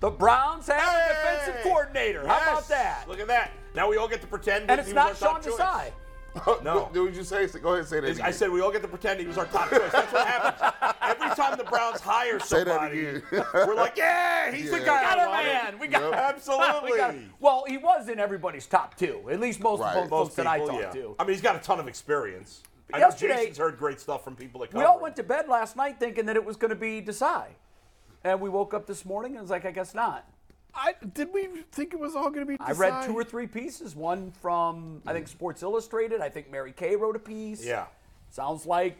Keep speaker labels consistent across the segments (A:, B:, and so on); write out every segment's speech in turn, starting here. A: The Browns have a defensive
B: Hey!
A: coordinator. How about
B: Yes!
A: that?
B: Look at that. Now we all get to pretend.
A: And
B: that
A: it's
B: he
A: not
B: was
A: Sean
B: our top choice.
A: Desai.
B: No.
C: Did you say? Go ahead and say that.
B: I
C: again.
B: said we all get to pretend he was our top choice. That's what happens. Every time the Browns hire
C: Say that
B: somebody,
C: again.
B: we're like, yeah, he's the
C: Yeah.
B: guy.
A: We got
B: I
A: a
B: wanted."
A: man. We got
C: Yep.
A: we got-
B: Absolutely.
A: well, he was in everybody's top two. At least most
C: Right.
A: of the folks
B: Most
A: that I
B: people,
A: talked
B: yeah.
A: to.
B: I mean, he's got a ton of experience. I
A: Yesterday-
B: know Jason's heard great stuff from people that
A: we all went to bed last night thinking that it was going to be Desai, and we woke up this morning and was like, I guess not.
D: I did we think it was all going to be?
A: I read two or three pieces. One from I think Sports Illustrated. I think Mary Kay wrote a piece.
B: Yeah.
A: Sounds like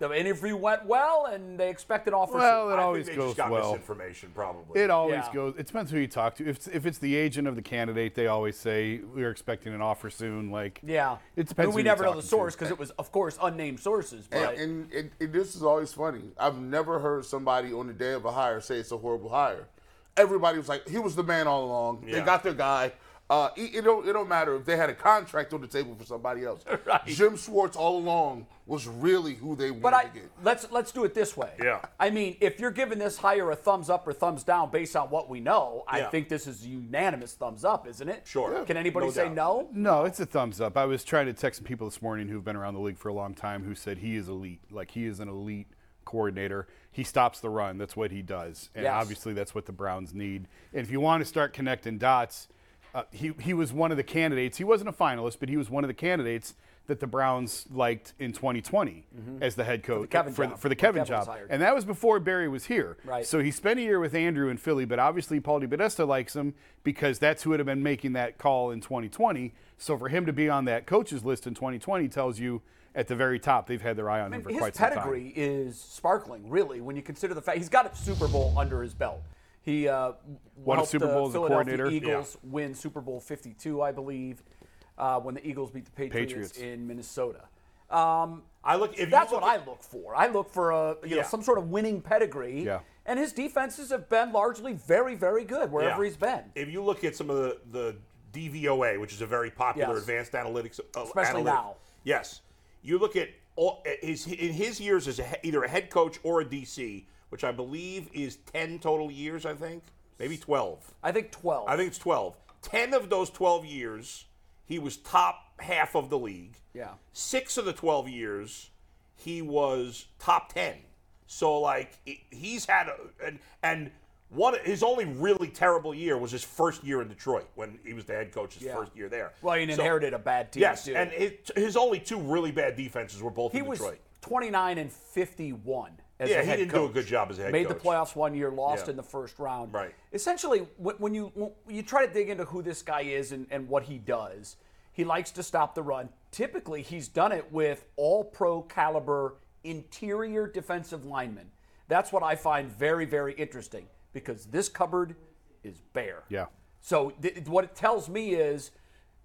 A: the interview went well, and they expected offers.
D: Well, it
B: I
D: always
B: think they
D: goes
B: just got
D: well.
B: misinformation, probably.
D: It always
A: Yeah.
D: goes. It depends who you talk to. If it's- if it's the agent of the candidate, they always say we're expecting an offer soon. Like
A: yeah.
D: it
A: I
D: depends.
A: mean, we
D: who you're
A: never know the
D: talking to.
A: source because it was, of course, unnamed sources. But
C: And, and it, it, this is always funny. I've never heard somebody on the day of a hire say it's a horrible hire. Everybody was like, "He was the man all along. They
B: Yeah.
C: got their guy." Uh, it, it don't it don't matter if they had a contract on the table for somebody else. Jim Schwartz all along was really who they wanted
A: But I
C: to get.
A: let's let's do it this way.
B: Yeah.
A: I mean, if you're giving this hire a thumbs up or thumbs down based on what we know, I
B: Yeah.
A: think this is a unanimous thumbs up, isn't it?
B: Sure. Yeah.
A: Can anybody
B: No
A: say
B: doubt.
A: no?
D: No, it's a thumbs up. I was trying to text some people this morning who've been around the league for a long time who said he is elite. Like he is an elite coordinator. He stops the run. That's what he does. And
A: Yes.
D: obviously that's what the Browns need. And if you want to start connecting dots, uh, he he was one of the candidates. He wasn't a finalist, but he was one of the candidates that the Browns liked in 2020 as the head
A: Mm-hmm.
D: coach
A: Kevin
D: for,
A: job.
D: the, for the
A: When
D: Kevin,
A: Kevin was
D: job.
A: hired.
D: And that was before Barry was here.
A: Right.
D: So he spent a year with Andrew in Philly, but obviously Paul DeBodesta likes him because that's who would have been making that call in 2020. So for him to be on that coaches list in 2020 tells you at the very top they've had their eye on him for
A: his
D: quite some time.
A: pedigree is sparkling, really, when you consider the fact he's got a Super Bowl under his belt. He uh,
D: Won a
A: helped
D: Super
A: the
D: Bowl as a
A: Philadelphia
D: coordinator.
A: Eagles win Super Bowl 52, I believe, uh, when the Eagles beat the Patriots,
D: Patriots.
A: in Minnesota. Um,
B: I look. If
A: That's
B: you
A: what
B: look
A: I
B: at-
A: look for. I look for a you know
B: Yeah.
A: some sort of winning pedigree.
D: Yeah.
A: And his defenses have been largely very, very good wherever
B: Yeah.
A: he's been.
B: If you look at some of the, the DVOA, which is a very popular
A: Yes.
B: advanced analytics, uh,
A: Especially
B: analytic-
A: now.
B: Yes, you look at all at his in his years as a, he- either a head coach or a DC, which I believe is ten total years. I think maybe twelve.
A: I think 12.
B: I think it's twelve. Ten of those twelve years, he was top half of the league.
A: Yeah.
B: Six of the twelve years, he was top ten. So like it- he's had a, and and one his only really terrible year was his first year in Detroit when he was the head coach his
A: Yeah.
B: first year there.
A: Well, he
B: So-
A: inherited a bad team.
B: Yes,
A: too.
B: and it, his only two really bad defenses were both
A: he
B: in
A: was
B: Detroit.
A: 29 and 51 as
B: Yeah,
A: a
B: he
A: head
B: didn't do
A: coach.
B: a good job as a head
A: Made
B: coach.
A: the playoffs one year, lost
B: Yeah.
A: in the first round.
B: Right.
A: Essentially, wh- when you when you try to dig into who this guy is and, and what he does, he likes to stop the run. Typically, he's done it with all pro caliber interior defensive linemen. That's what I find very, very interesting because this cupboard is bare.
D: Yeah.
A: So th- what it tells me is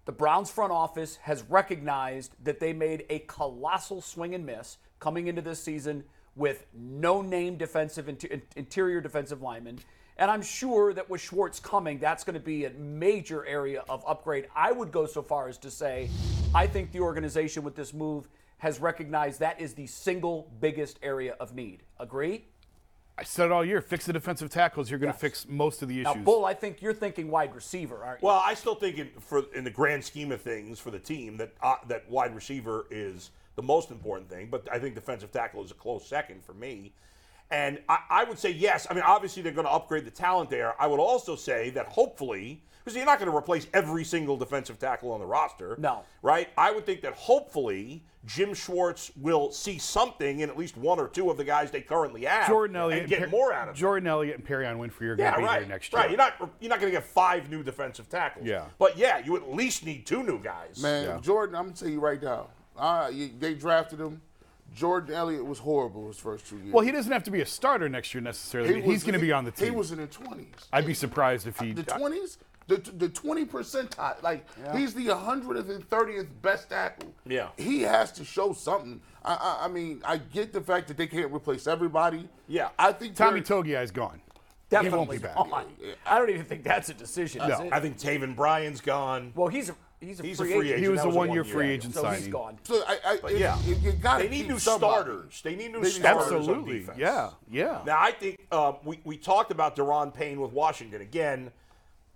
A: the Browns front office has recognized that they made a colossal swing and miss coming into this season with no name defensive inter- in- interior defensive linemen. And I'm sure that with Schwartz coming, that's going to be a major area of upgrade. I would go so far as to say, I think the organization with this move has recognized that is the single biggest area of need. Agree?
D: I said it all year. Fix the defensive tackles. You're going to
A: Yes.
D: fix most of the
A: Now,
D: issues.
A: Bull, I think you're thinking wide receiver, aren't you?
B: Well, I still think in, for in the grand scheme of things for the team that uh, that wide receiver is the most important thing, but I think defensive tackle is a close second for me. And I, I would say yes. I mean, obviously they're going to upgrade the talent there. I would also say that hopefully, because you're not going to replace every single defensive tackle on the roster.
A: No.
B: Right? I would think that hopefully Jim Schwartz will see something in at least one or two of the guys they currently have
D: Jordan Elliott
B: and
D: and
B: get
D: Per-
B: more out of them.
D: Jordan Elliott and Perion Winfrey are going
B: Yeah,
D: to be
B: right.
D: there next
B: right.
D: year.
B: You're not you're not going to get five new defensive tackles.
D: Yeah.
B: But yeah, you at least need two new guys.
C: Man,
D: Yeah.
C: Jordan, I'm gonna tell you right now. Uh, you- they drafted him. Jordan Elliott was horrible his first two years.
D: Well, he doesn't have to be a starter next year necessarily. but he's
C: was-
D: going to be on the
C: he-
D: team.
C: He was in the twenties.
D: I'd be surprised if he.
C: the twenties, the the twenty percentile. Like he's the hundredth and thirtieth best tackle.
B: Yeah.
C: he has to show something. I, I I mean, I get the fact that they can't replace everybody.
B: Yeah.
C: I think
D: Tommy
C: Terry-
D: Togia is gone.
A: Definitely
D: won't be back.
A: gone. I don't even think that's a decision. Is
D: No.
A: it?
B: I think Taven Bryan's gone.
A: Well, he's a he's a
B: He's a
A: free,
B: free
A: agent,
D: He
B: agent.
D: was
B: That
D: a
B: was a
D: one-year
B: one-year,
D: free
B: yeah.
D: agent
A: so he's
D: signing.
A: gone.
C: So I, I if-
B: yeah.
C: if you got
B: They need new starters. They need new starters. on
D: Absolutely.
B: defense.
D: Yeah. Yeah.
B: Now I think uh, we we talked about Deron Payne with Washington again.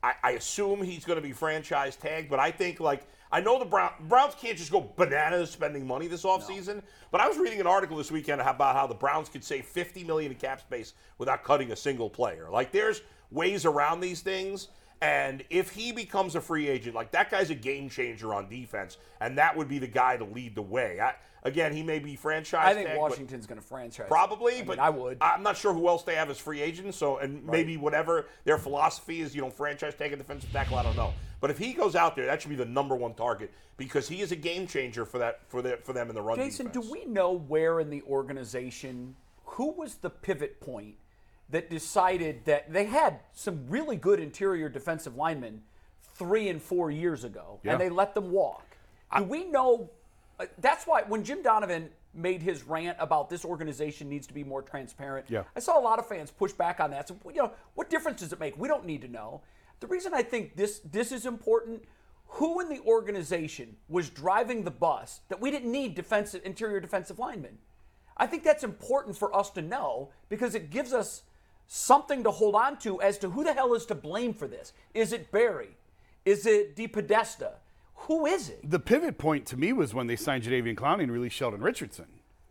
B: I, I assume he's going to be franchise tagged, but I think like I know the Brown, Browns can't just go bananas spending money this offseason. But I was reading an article this weekend about how the Browns could save 50 million in cap space without cutting a single player. Like there's ways around these things. And if he becomes a free agent, like that guy's a game changer on defense, and that would be the guy to lead the way. I, again, he may be franchise.
A: I think
B: tagged, but-
A: Washington's going to franchise.
B: Probably,
A: I mean,
B: but
A: I would.
B: I'm not sure who else they have as free agents. So, and maybe whatever their philosophy is, you know, franchise take a defensive tackle. I don't know. But if he goes out there, that should be the number one target because he is a game changer for that for that for them in the run.
A: Jason,
B: defense.
A: do we know where in the organization who was the pivot point that decided that they had some really good interior defensive linemen three and four years ago,
D: Yeah.
A: and they let them walk? do we know? uh, that's why when Jim Donovan made his rant about this organization needs to be more transparent,
D: Yeah.
A: I saw a lot of fans push back on that. So, you know, what difference does it make? We don't need to know. The reason I think this this is important, who in the organization was driving the bus that we didn't need defensive interior defensive linemen? I think that's important for us to know because it gives us something to hold on to as to who the hell is to blame for this. Is it Barry? Is it De Podesta? Who is it?
D: The pivot point to me was when they signed Jadavian Clowney and released Sheldon Richardson.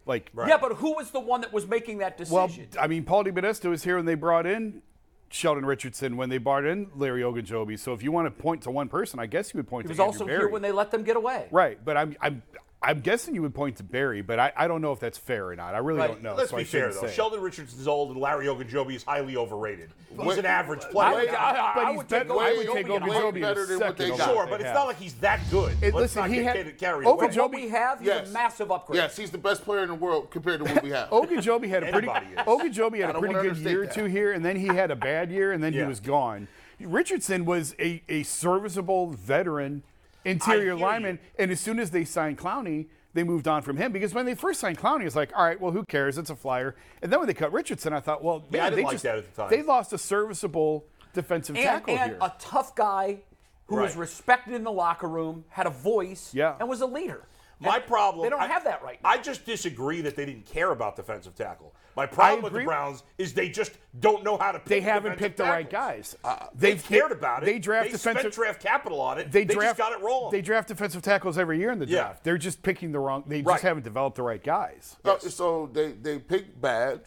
D: Like,
A: Yeah, but who was the one that was making that
D: well,
A: decision?
D: I mean, Paul DiBenesto was here when they brought in Sheldon Richardson, when they brought in Larry Ogunjobi. So if you want to point to one person, I guess you would point
A: he
D: to
A: was
D: Andrew
A: also here
D: Berry.
A: when they let them get away.
D: Right, but I'm I'm I'm guessing you would point to Barry, but I, I don't know if that's fair or not. I really don't know.
B: Let's
D: so
B: be
D: I
B: fair
D: shouldn't
B: though.
D: say.
B: Sheldon Richardson's old, and Larry Ogunjobi is highly overrated. He's
C: Wait-
B: an average
A: I
B: player.
A: would- I- I-
D: but
A: I
D: he's
A: would
D: bet-
A: take
D: I
A: Obi
D: would
A: over
D: take
A: Ogunjobi
D: Ogunjobi in
C: better than what
D: second
C: they
D: over
C: got.
D: what
B: sure,
D: they
B: but it's
D: have.
B: not like he's that good.
D: It-
B: Let's
D: listen,
B: not
D: he
B: get
D: had-
B: ca- carried away.
D: Ogunjobi-
A: From what we have, he's
C: Yes.
A: a massive upgrade.
C: Yes, he's the best player in the world compared to what we have.
B: Oh,
D: Ogunjobi had a pretty
B: Anybody is.
D: Ogunjobi
C: I
D: had a
C: don't
D: pretty
C: wanna
D: good year or
C: understate
D: two
C: that.
D: here, and then he had a bad year, and then
B: Yeah.
D: he was gone. Richardson was a, a serviceable veteran interior
B: I hear
D: lineman,
B: you.
D: and as soon as they signed Clowney, they moved on from him because when they first signed Clowney, it's like, all right, well, who cares? It's a flyer. And then when they cut Richardson, I thought, well,
B: Yeah, I
D: man,
B: didn't
D: they
B: like
D: just
B: that at the time.
D: they lost a serviceable defensive
A: and,
D: tackle
A: and
D: here.
A: a tough guy who was
B: Right.
A: respected in the locker room, had a voice,
D: Yeah.
A: and was a leader.
B: My
A: And
B: problem.
A: They don't
B: I-
A: have that right now.
B: I just disagree that they didn't care about defensive tackle. My problem with the
D: agree.
B: Browns is they just don't know how to. Pick
D: they haven't picked the right
B: guys.
D: guys.
B: Uh, They
D: they've-
B: cared about it.
D: They draft defensive.
B: spent draft capital on it.
D: they
B: They,
D: draft
B: just got it wrong.
D: They draft defensive tackles every year in the
B: Yeah.
D: draft. They're just picking the wrong. They
B: Right.
D: just haven't developed the right guys.
C: So, so they they pick bad,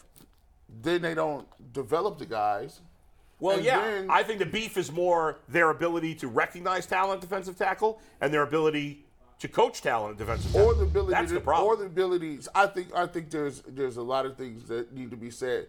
C: then they don't develop the guys.
B: well,
C: and
B: yeah,
C: then-
B: I think the beef is more their ability to recognize talent at defensive tackle and their ability to coach talent at defensive tackle.
C: or the ability
B: That's
C: to,
B: the problem.
C: or the abilities i think i think there's there's a lot of things that need to be said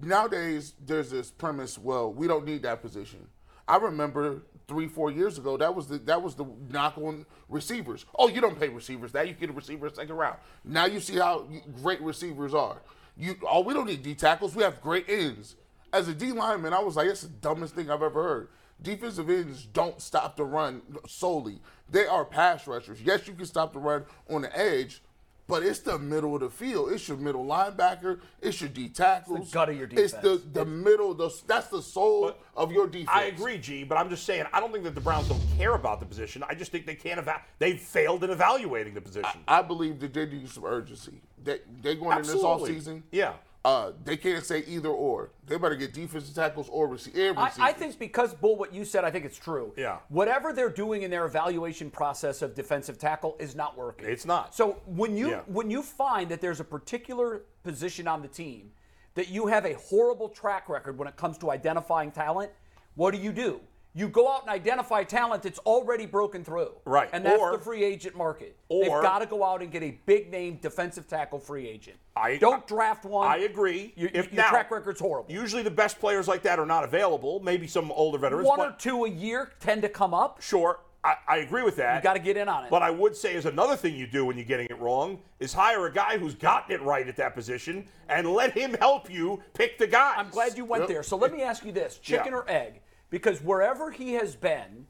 C: nowadays there's this premise well we don't need that position i remember three four years ago that was the that was the knock on receivers oh you don't pay receivers that you get a receiver second round now you see how great receivers are you oh we don't need d tackles we have great ends as a d lineman i was like that's the dumbest thing i've ever heard defensive ends don't stop the run solely. They are pass rushers. Yes, you can stop the run on the edge, but it's the middle of the field. It's your middle linebacker. It's your D tackles.
A: It's the gut of your
C: It's the,
A: defense.
C: the middle. The, that's the soul
B: But
C: of your defense.
B: I agree, G, but I'm just saying I don't think that the Browns don't care about the position. I just think they can't eva- they've failed in evaluating the position.
C: I believe that they need some urgency. They they going
B: Absolutely.
C: in this offseason.
B: Yeah.
C: Uh, they can't say either or. They better get defensive tackles or rece- and
A: I,
C: receivers.
A: I think because Bull, what you said, I think it's true.
B: Yeah.
A: Whatever they're doing in their evaluation process of defensive tackle is not working.
B: It's not.
A: So when you
B: Yeah.
A: when you find that there's a particular position on the team that you have a horrible track record when it comes to identifying talent, what do you do? You go out and identify talent that's already broken through.
B: Right.
A: And that's
B: Or-
A: the free agent market.
B: or-
A: They've got to go out and get a big name defensive tackle free agent.
B: I-
A: Don't draft one.
B: I agree.
A: Your,
B: If
A: your
B: now-
A: track record's horrible.
B: Usually the best players like that are not available. Maybe some older veterans.
A: one
B: but
A: or two a year tend to come up.
B: Sure. I, I agree with that.
A: You gotta get in on it.
B: But I would say is another thing you do when you're getting it wrong is hire a guy who's gotten it right at that position and let him help you pick the guy.
A: I'm glad you went there. So let me ask you this chicken
B: Yeah.
A: or egg? Because wherever he has been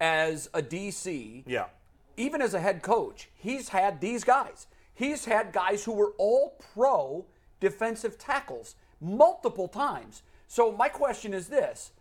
A: as a DC,
B: Yeah.
A: even as a head coach, he's had these guys. He's had guys who were all pro defensive tackles multiple times. So my question is this: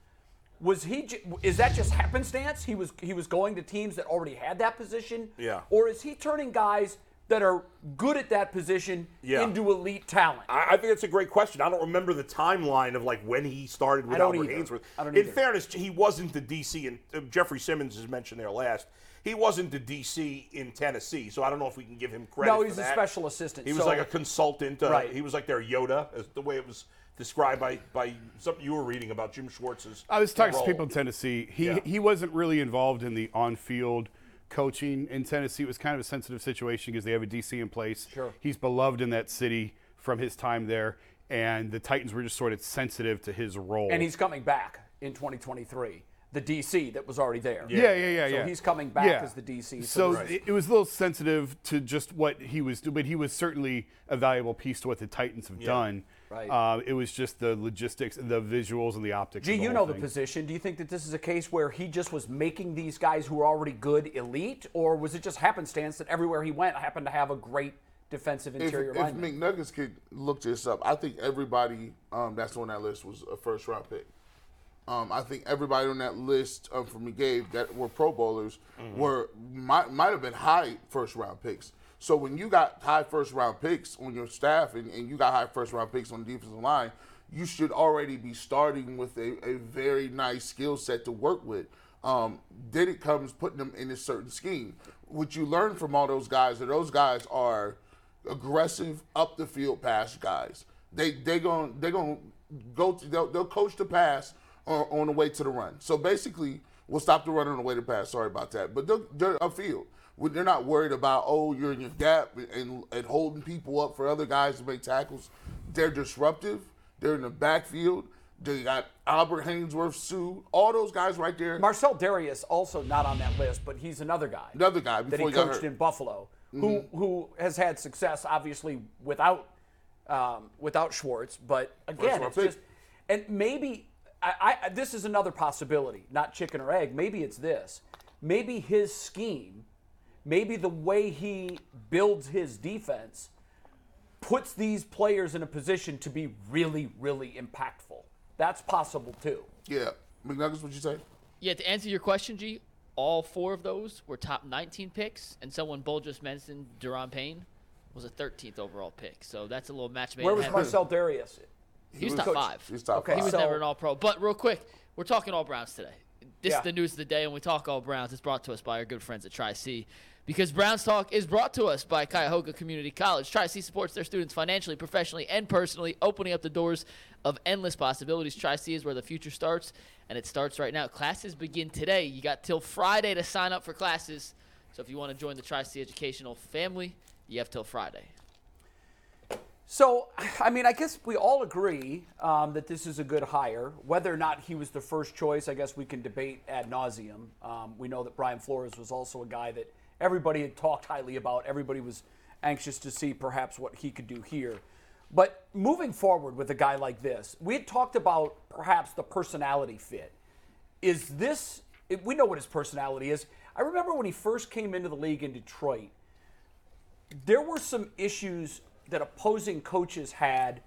A: Was he? ju- Is that just happenstance? He was he was going to teams that already had that position.
B: Yeah.
A: Or is he turning guys that are good at that position
B: Yeah.
A: into elite talent?
B: I, I think that's a great question. I don't remember the timeline of like when he started with
A: I don't
B: Albert
A: either.
B: Hainsworth.
A: I don't
B: In
A: either.
B: fairness, he wasn't the DC, and uh, Jeffrey Simmons is mentioned there last. He wasn't the DC in Tennessee, so I don't know if we can give him credit.
A: no,
B: for
A: he's a
B: that.
A: special assistant.
B: He was
A: so-
B: like a consultant. Uh,
A: Right.
B: He was like their Yoda, as the way it was described by by something you were reading about Jim Schwartz's.
D: I was talking
B: role.
D: to people in Tennessee. He
B: Yeah.
D: he wasn't really involved in the on-field coaching in Tennessee. It was kind of a sensitive situation because they have a DC in place. Sure. He's beloved in that city from his time there, and the Titans were just sort of sensitive to his role.
A: and he's coming back in 2023. The DC that was already there.
D: yeah, yeah, yeah,
A: So
D: yeah.
A: he's coming back
D: Yeah.
A: as the DC.
D: So
A: there's-
D: it, it was a little sensitive to just what he was doing, but he was certainly a valuable piece to what the Titans have done.
A: Right.
D: Uh, it was just the logistics, the visuals, and the optics.
A: Gee,
D: of the
A: you
D: whole
A: know the
D: thing.
A: position. Do you think that this is a case where he just was making these guys who were already good elite, or was it just happenstance that everywhere he went happened to have a great defensive
C: If,
A: interior
C: if
A: lineman?
C: McNuggets could look this up, I think everybody um, that's on that list was a first round pick. Um, I think everybody on that list um, from McGabe that were Pro Bowlers were might might have been high first round picks. So when you got high first round picks on your staff and, and you got high first round picks on the defensive line, you should already be starting with a, a very nice skill set to work with. Um, then it comes putting them in a certain scheme. What you learn from all those guys are those guys are aggressive up the field pass guys. They they going they going to go to they'll, they'll coach the pass on, on the way to the run. So basically, we'll stop the run on the way to pass. Sorry about that, but they're, they're upfield. When They're not worried about oh you're in your gap and and holding people up for other guys to make tackles. They're disruptive. They're in the backfield. They got Albert Hainsworth, Sue, all those guys right there.
A: Marcel Darius also not on that list, but he's another guy.
C: Another guy
A: that he
C: before he got
A: coached
C: hurt. Mm-hmm.
A: in Buffalo, who who has had success obviously without um, without Schwartz. But again,
C: round
A: it's
C: pick.
A: just and maybe I, I this is another possibility, not chicken or egg. Maybe it's this. Maybe his scheme, maybe the way he builds his defense, puts these players in a position to be really, really impactful. That's possible too.
C: yeah, McNuggets, what you say?
E: Yeah, to answer your question, G, all four of those were top 19 picks, and someone Bull just mentioned, Deron Payne, was a 13th overall pick. So that's a little match made.
A: Where
E: in
A: was
E: heaven.
A: Marcel Darius?
E: He was top five.
C: He's top
A: Okay,
C: five.
E: He was
A: So-
E: never an All Pro. But real quick, we're talking All Browns today. This
A: Yeah.
E: is the news of the day, and we talk All Browns. It's brought to us by our good friends at Tri C, because Browns Talk is brought to us by Cuyahoga Community College. Tri C supports their students financially, professionally, and personally, opening up the doors of endless possibilities. Tri C is where the future starts, and it starts right now. Classes begin today. You got till Friday to sign up for classes. So if you want to join the Tri C educational family, you have till Friday.
A: So, I mean, I guess we all agree um, that this is a good hire. Whether or not he was the first choice, I guess we can debate ad nauseum. Um, we know that Brian Flores was also a guy that everybody had talked highly about. Everybody was anxious to see perhaps what he could do here. But moving forward with a guy like this, we had talked about perhaps the personality fit is this it- we know what his personality is i remember when he first came into the league in detroit there were some issues that opposing coaches had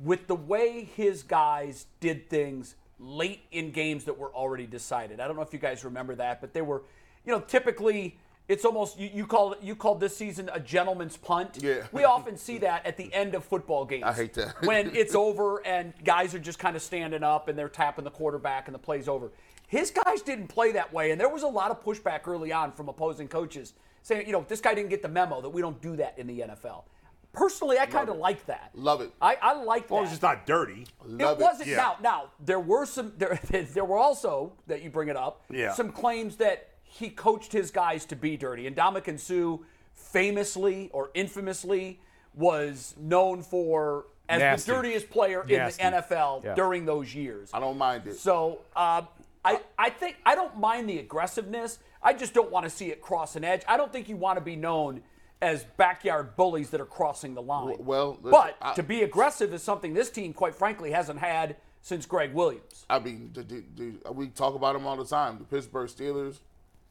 A: with the way his guys did things late in games that were already decided i don't know if you guys remember that but they were you know typically it's almost you, you call it you called this season a gentleman's punt
C: Yeah.
A: we often see that at the end of football games
C: I hate that.
A: when it's over and guys are just kind of standing up and they're tapping the quarterback and the play's over. His guys didn't play that way, and there was a lot of pushback early on from opposing coaches saying, you know, this guy didn't get the memo that we don't do that in the NFL. Personally, I kind of like that.
C: Love it.
A: I, I like that.
B: As long as it's not dirty.
C: Love
A: it
C: it.
A: wasn't.
B: Yeah.
A: Now, now there were some. There, there were also that you bring it up.
B: Yeah.
A: Some claims that he coached his guys to be dirty, and Dominican Sue famously or infamously was known for as
D: Nasty.
A: the dirtiest player
D: Nasty.
A: in the NFL
D: Yeah.
A: during those years.
C: I don't mind it.
A: So um, I, I think I don't mind the aggressiveness. I just don't want to see it cross an edge. I don't think you want to be known as backyard bullies that are crossing the line.
C: well, listen,
A: but
C: I-
A: to be aggressive is something this team, quite frankly, hasn't had since Greg Williams.
C: I mean, the, the, the, we talk about them all the time. The Pittsburgh Steelers,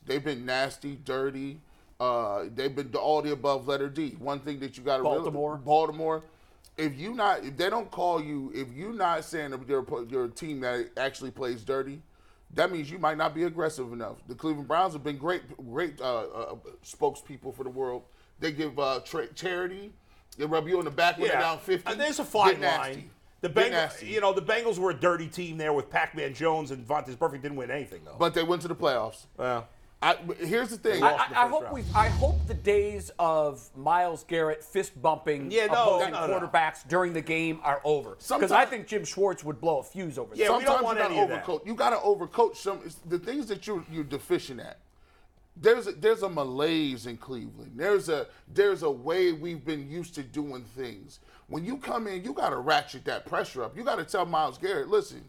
C: they've been nasty, dirty. Uh, they've been to all the above letter D. One thing that you got to
A: Baltimore.
C: Baltimore. If you not, if they don't call you, if you not saying that you're, a pl- you're a team that actually plays dirty, that means you might not be aggressive enough. The Cleveland Browns have been great, great uh, uh, spokespeople for the world. They give uh, tra- charity. They rub you on the back when you're down fifty.
B: And Uh, there's a fine
C: Get nasty.
B: line. The
C: Get
B: Bengals,
C: nasty.
B: you know, the Bengals were a dirty team there with Pac-Man Jones and Vontaze Perfect didn't win anything though.
C: but they went to the playoffs.
B: Well,
C: I, but here's the thing.
A: I,
B: lost the
A: I, I
B: first
A: hope
B: round.
A: we I hope the days of Miles Garrett fist bumping
B: Yeah, no,
A: opposing
B: no, no.
A: quarterbacks during the game are over. Because I
C: Sometime-
A: think Jim Schwartz would blow a fuse over
B: Yeah,
A: that.
B: we don't
C: Sometimes
B: want
C: you gotta
B: any of that.
C: overcoat. You gotta overcoat some it's the things that you're you're deficient at. There's a, there's a malaise in Cleveland. There's a there's a way we've been used to doing things. When you come in, you gotta ratchet that pressure up. You gotta tell Miles Garrett, listen,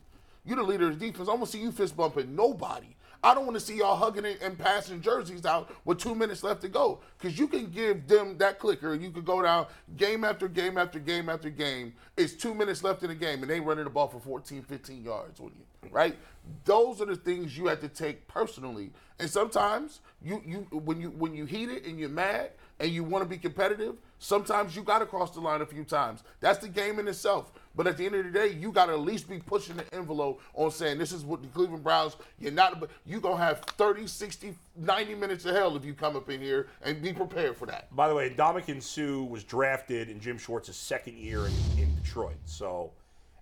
C: you're the leader of the defense. I want to see you fist bumping nobody. I don't want to see y'all hugging and, and passing jerseys out with two minutes left to go. Because you can give them that clicker and you can go down game after game after game after game. It's two minutes left in the game and they running the ball for 14, 15 yards on you, right? Those are the things you have to take personally. And sometimes you you when you when you heat it and you're mad and you want to be competitive, sometimes you gotta cross the line a few times. That's the game in itself. But at the end of the day, you got to at least be pushing the envelope on saying this is what the Cleveland Browns, you're not, you're going to have 30, 60, 90 minutes of hell if you come up in here and be prepared for that.
B: by the way, Dominican Sue was drafted in Jim Schwartz's second year in, in Detroit. So,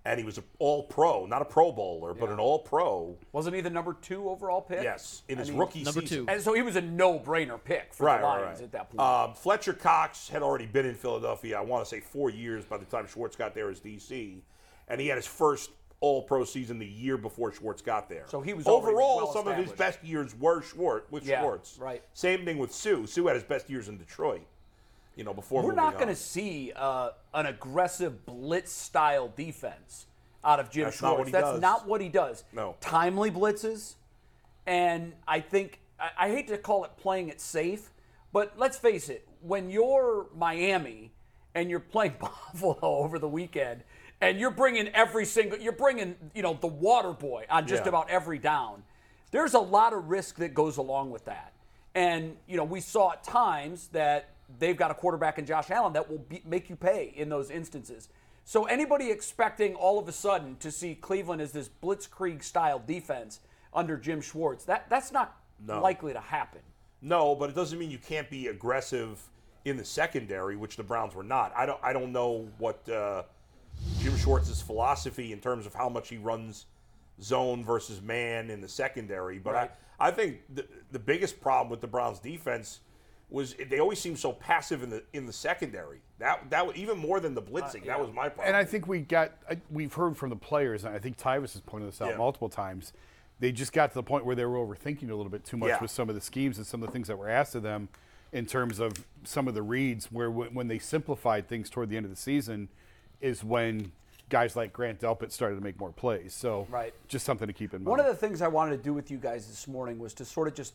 B: and he was an All-Pro, not a Pro Bowler, but an All-Pro.
A: Wasn't he the number two overall pick?
B: Yes, in
A: I
B: his
A: mean,
B: rookie
E: Number
B: season.
E: two.
A: And so he was a no-brainer pick for
B: Right,
A: the
B: right,
A: Lions
B: right.
A: at that point.
B: Um, Fletcher Cox had already been in Philadelphia, I want to say four years by the time Schwartz got there as DC, and he had his first All Pro season the year before Schwartz got there.
A: So he was already
B: overall
A: well
B: some of his
A: established.
B: best years were Schwartz with
A: Yeah,
B: Schwartz.
A: right.
B: Same thing with Sue. Sue had his best years in Detroit. You know, before
A: We're
B: moving
A: not going
B: on.
A: to see uh, an aggressive blitz style defense out of Jim
B: That's not
A: Schwartz.
B: what he
A: That's
B: does.
A: not what he does.
B: No.
A: Timely blitzes. And I think, I, I hate to call it playing it safe, but let's face it, when you're Miami and you're playing Buffalo over the weekend, and you're bringing every single, you're bringing, you know, the water boy on just
B: Yeah.
A: about every down. There's a lot of risk that goes along with that. And, you know, we saw at times that they've got a quarterback in Josh Allen that will be, make you pay in those instances. So anybody expecting all of a sudden to see Cleveland as this blitzkrieg style defense under Jim Schwartz, that, that's not likely to happen.
B: No, but it doesn't mean you can't be aggressive in the secondary, which the Browns were not. I don't I don't know what uh, Jim Schwartz's philosophy in terms of how much he runs zone versus man in the secondary, but
A: Right.
B: I, I think the, the biggest problem with the Browns defense was they always seemed so passive in the in the secondary. That that was even more than the blitzing. That was my problem.
D: Uh, And I think we got I- we've heard from the players, and I think Tyvus has pointed this out
B: Yeah.
D: multiple times. They just got to the point where they were overthinking a little bit too much
B: Yeah.
D: with some of the schemes and some of the things that were asked of them, in terms of some of the reads. Where w- when they simplified things toward the end of the season, is when guys like Grant Delpit started to make more plays. So
A: Right.
D: just something to keep in mind.
A: One of the things I wanted to do with you guys this morning was to sort of just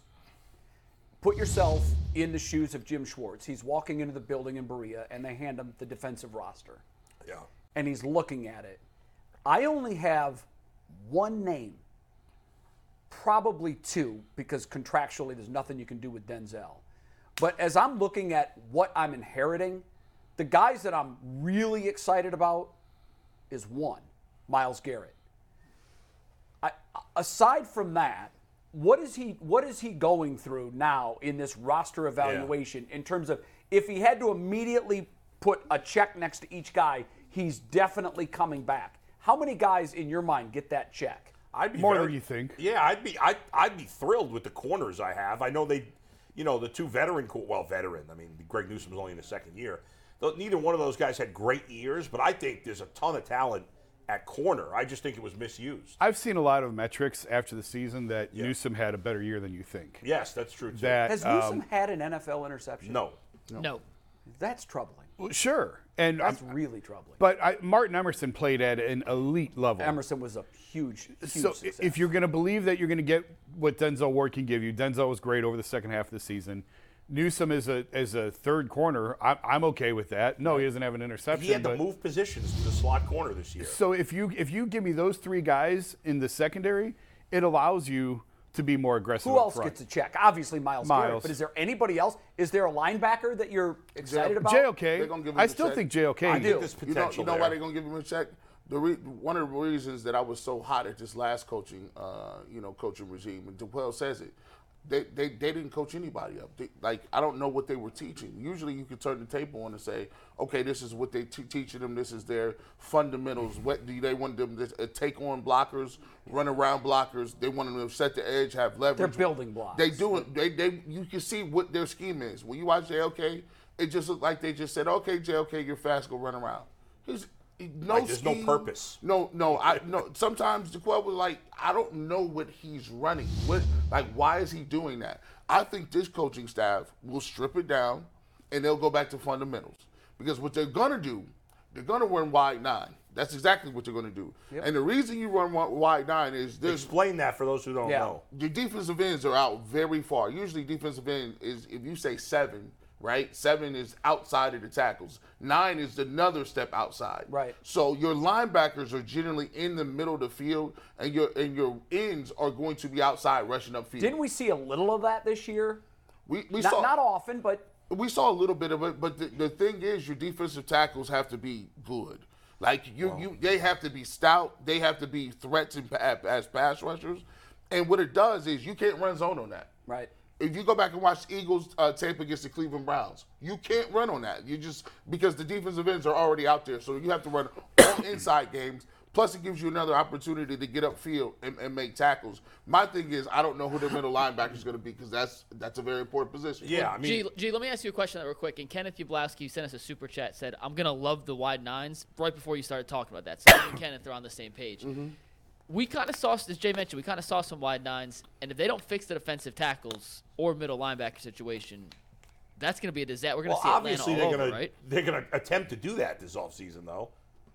A: put yourself in the shoes of Jim Schwartz. He's walking into the building in Berea and they hand him the defensive roster.
B: yeah.
A: and he's looking at it. I only have one name, probably two, because contractually there's nothing you can do with Denzel. But as I'm looking at what I'm inheriting, the guys that I'm really excited about is one, Miles Garrett. I, aside from that, what is he what is he going through now in this roster evaluation in terms of if he had to immediately put a check next to each guy, he's definitely coming back. How many guys in your mind get that check?
B: I'd be
D: More
B: very-
D: than you think.
B: Yeah, I'd be I'd, I'd be thrilled with the corners I have. I know they, you know, the two veteran cor- well veteran. I mean, Greg Newsom's only in his second year. Though Neither one of those guys had great years, but I think there's a ton of talent at corner. I just think it was misused.
D: I've seen a lot of metrics after the season that Newsom had a better year than you think.
B: Yes, that's true. Too.
D: That
A: Has
D: um,
A: Newsom had an NFL interception?
B: no,
E: No.
A: That's troubling.
D: Well, sure. And
A: That's
D: I'm-
A: really troubling.
D: but I, Martin Emerson played at an elite level.
A: Emerson was a huge, huge
D: so i-
A: success.
D: if you're going to believe that you're going to get what Denzel Ward can give you, Denzel was great over the second half of the season. Newsom is a as a third corner. I, I'm okay with that. No, he doesn't have an interception.
B: He had to
D: but-
B: move positions to the slot corner this year.
D: So if you if you give me those three guys in the secondary, it allows you to be more aggressive.
A: Who
D: up
A: else
D: front.
A: gets a check? Obviously, Miles, Garrett,
D: Miles.
A: but is there anybody else? Is there a linebacker that you're excited about?
C: They're gonna
D: JOK.
C: give him
D: I
C: a
D: still
C: check.
D: think JOK.
B: I think there's
C: You know,
B: potential
C: you know why
B: there.
C: they're gonna give him a check? The re- one of the reasons that I was so hot at this last coaching, uh, you know, coaching regime, and DePuel says it. They, they, they didn't coach anybody up. They- like I don't know what they were teaching. Usually you could turn the tape on and say, okay, this is what they te- teaching them. This is their fundamentals. What do they want them to uh, take on blockers, run around blockers? They want them to set the edge, have leverage.
A: building blocks.
C: They do it. They, they you can see what their scheme is. When you watch JLK, it just looked like they just said, "Okay, JLK, you're fast. Go run around." He's he- no
B: Like, there's no
C: scheme.
B: purpose.
C: No, no, I no. Sometimes Jaquel was like, "I don't know what he's running. What like why is he doing that?" I think this coaching staff will strip it down, and they'll go back to fundamentals because what they're gonna do, they're gonna run wide nine. That's exactly what they're gonna do. And the reason you run wi- wide nine is there's
B: Explain that for those who don't
A: Yeah.
B: know.
C: your defensive ends are out very far. Usually, defensive end is if you say seven, right? Seven is outside of the tackles. Nine is another step outside.
A: Right.
C: So your linebackers are generally in the middle of the field, and your and your ends are going to be outside rushing upfield.
A: Didn't we see a little of that this year?
C: We, we
A: Not,
C: saw
A: not often, but
C: we saw a little bit of it, but the, the thing is, your defensive tackles have to be good. Like you, you, they have to be stout. They have to be threats and pa- as pass rushers. And what it does is you can't run zone on that.
A: right.
C: If you go back and watch Eagles uh, tape against the Cleveland Browns, you can't run on that. You just because the defensive ends are already out there, so you have to run all inside games. Plus, it gives you another opportunity to get upfield and, and make tackles. My thing is, I don't know who their middle linebacker is going to be because that's that's a very important position.
B: Yeah, I mean,
E: G, G, let me ask you a question real quick. And Kenneth Yablowski sent us a super chat, said, I'm going to love the wide nines right before you started talking about that. So me and Kenneth are on the same page.
B: Mm-hmm.
E: We kind of saw, as Jay mentioned, we kind of saw some wide nines. And if they don't fix the defensive tackles or middle linebacker situation, that's going to be a disaster. We're going
B: well,
E: to see Atlanta
B: obviously
E: all
B: they're
E: over,
B: gonna
E: right?
B: they're gonna attempt to do that this offseason, though.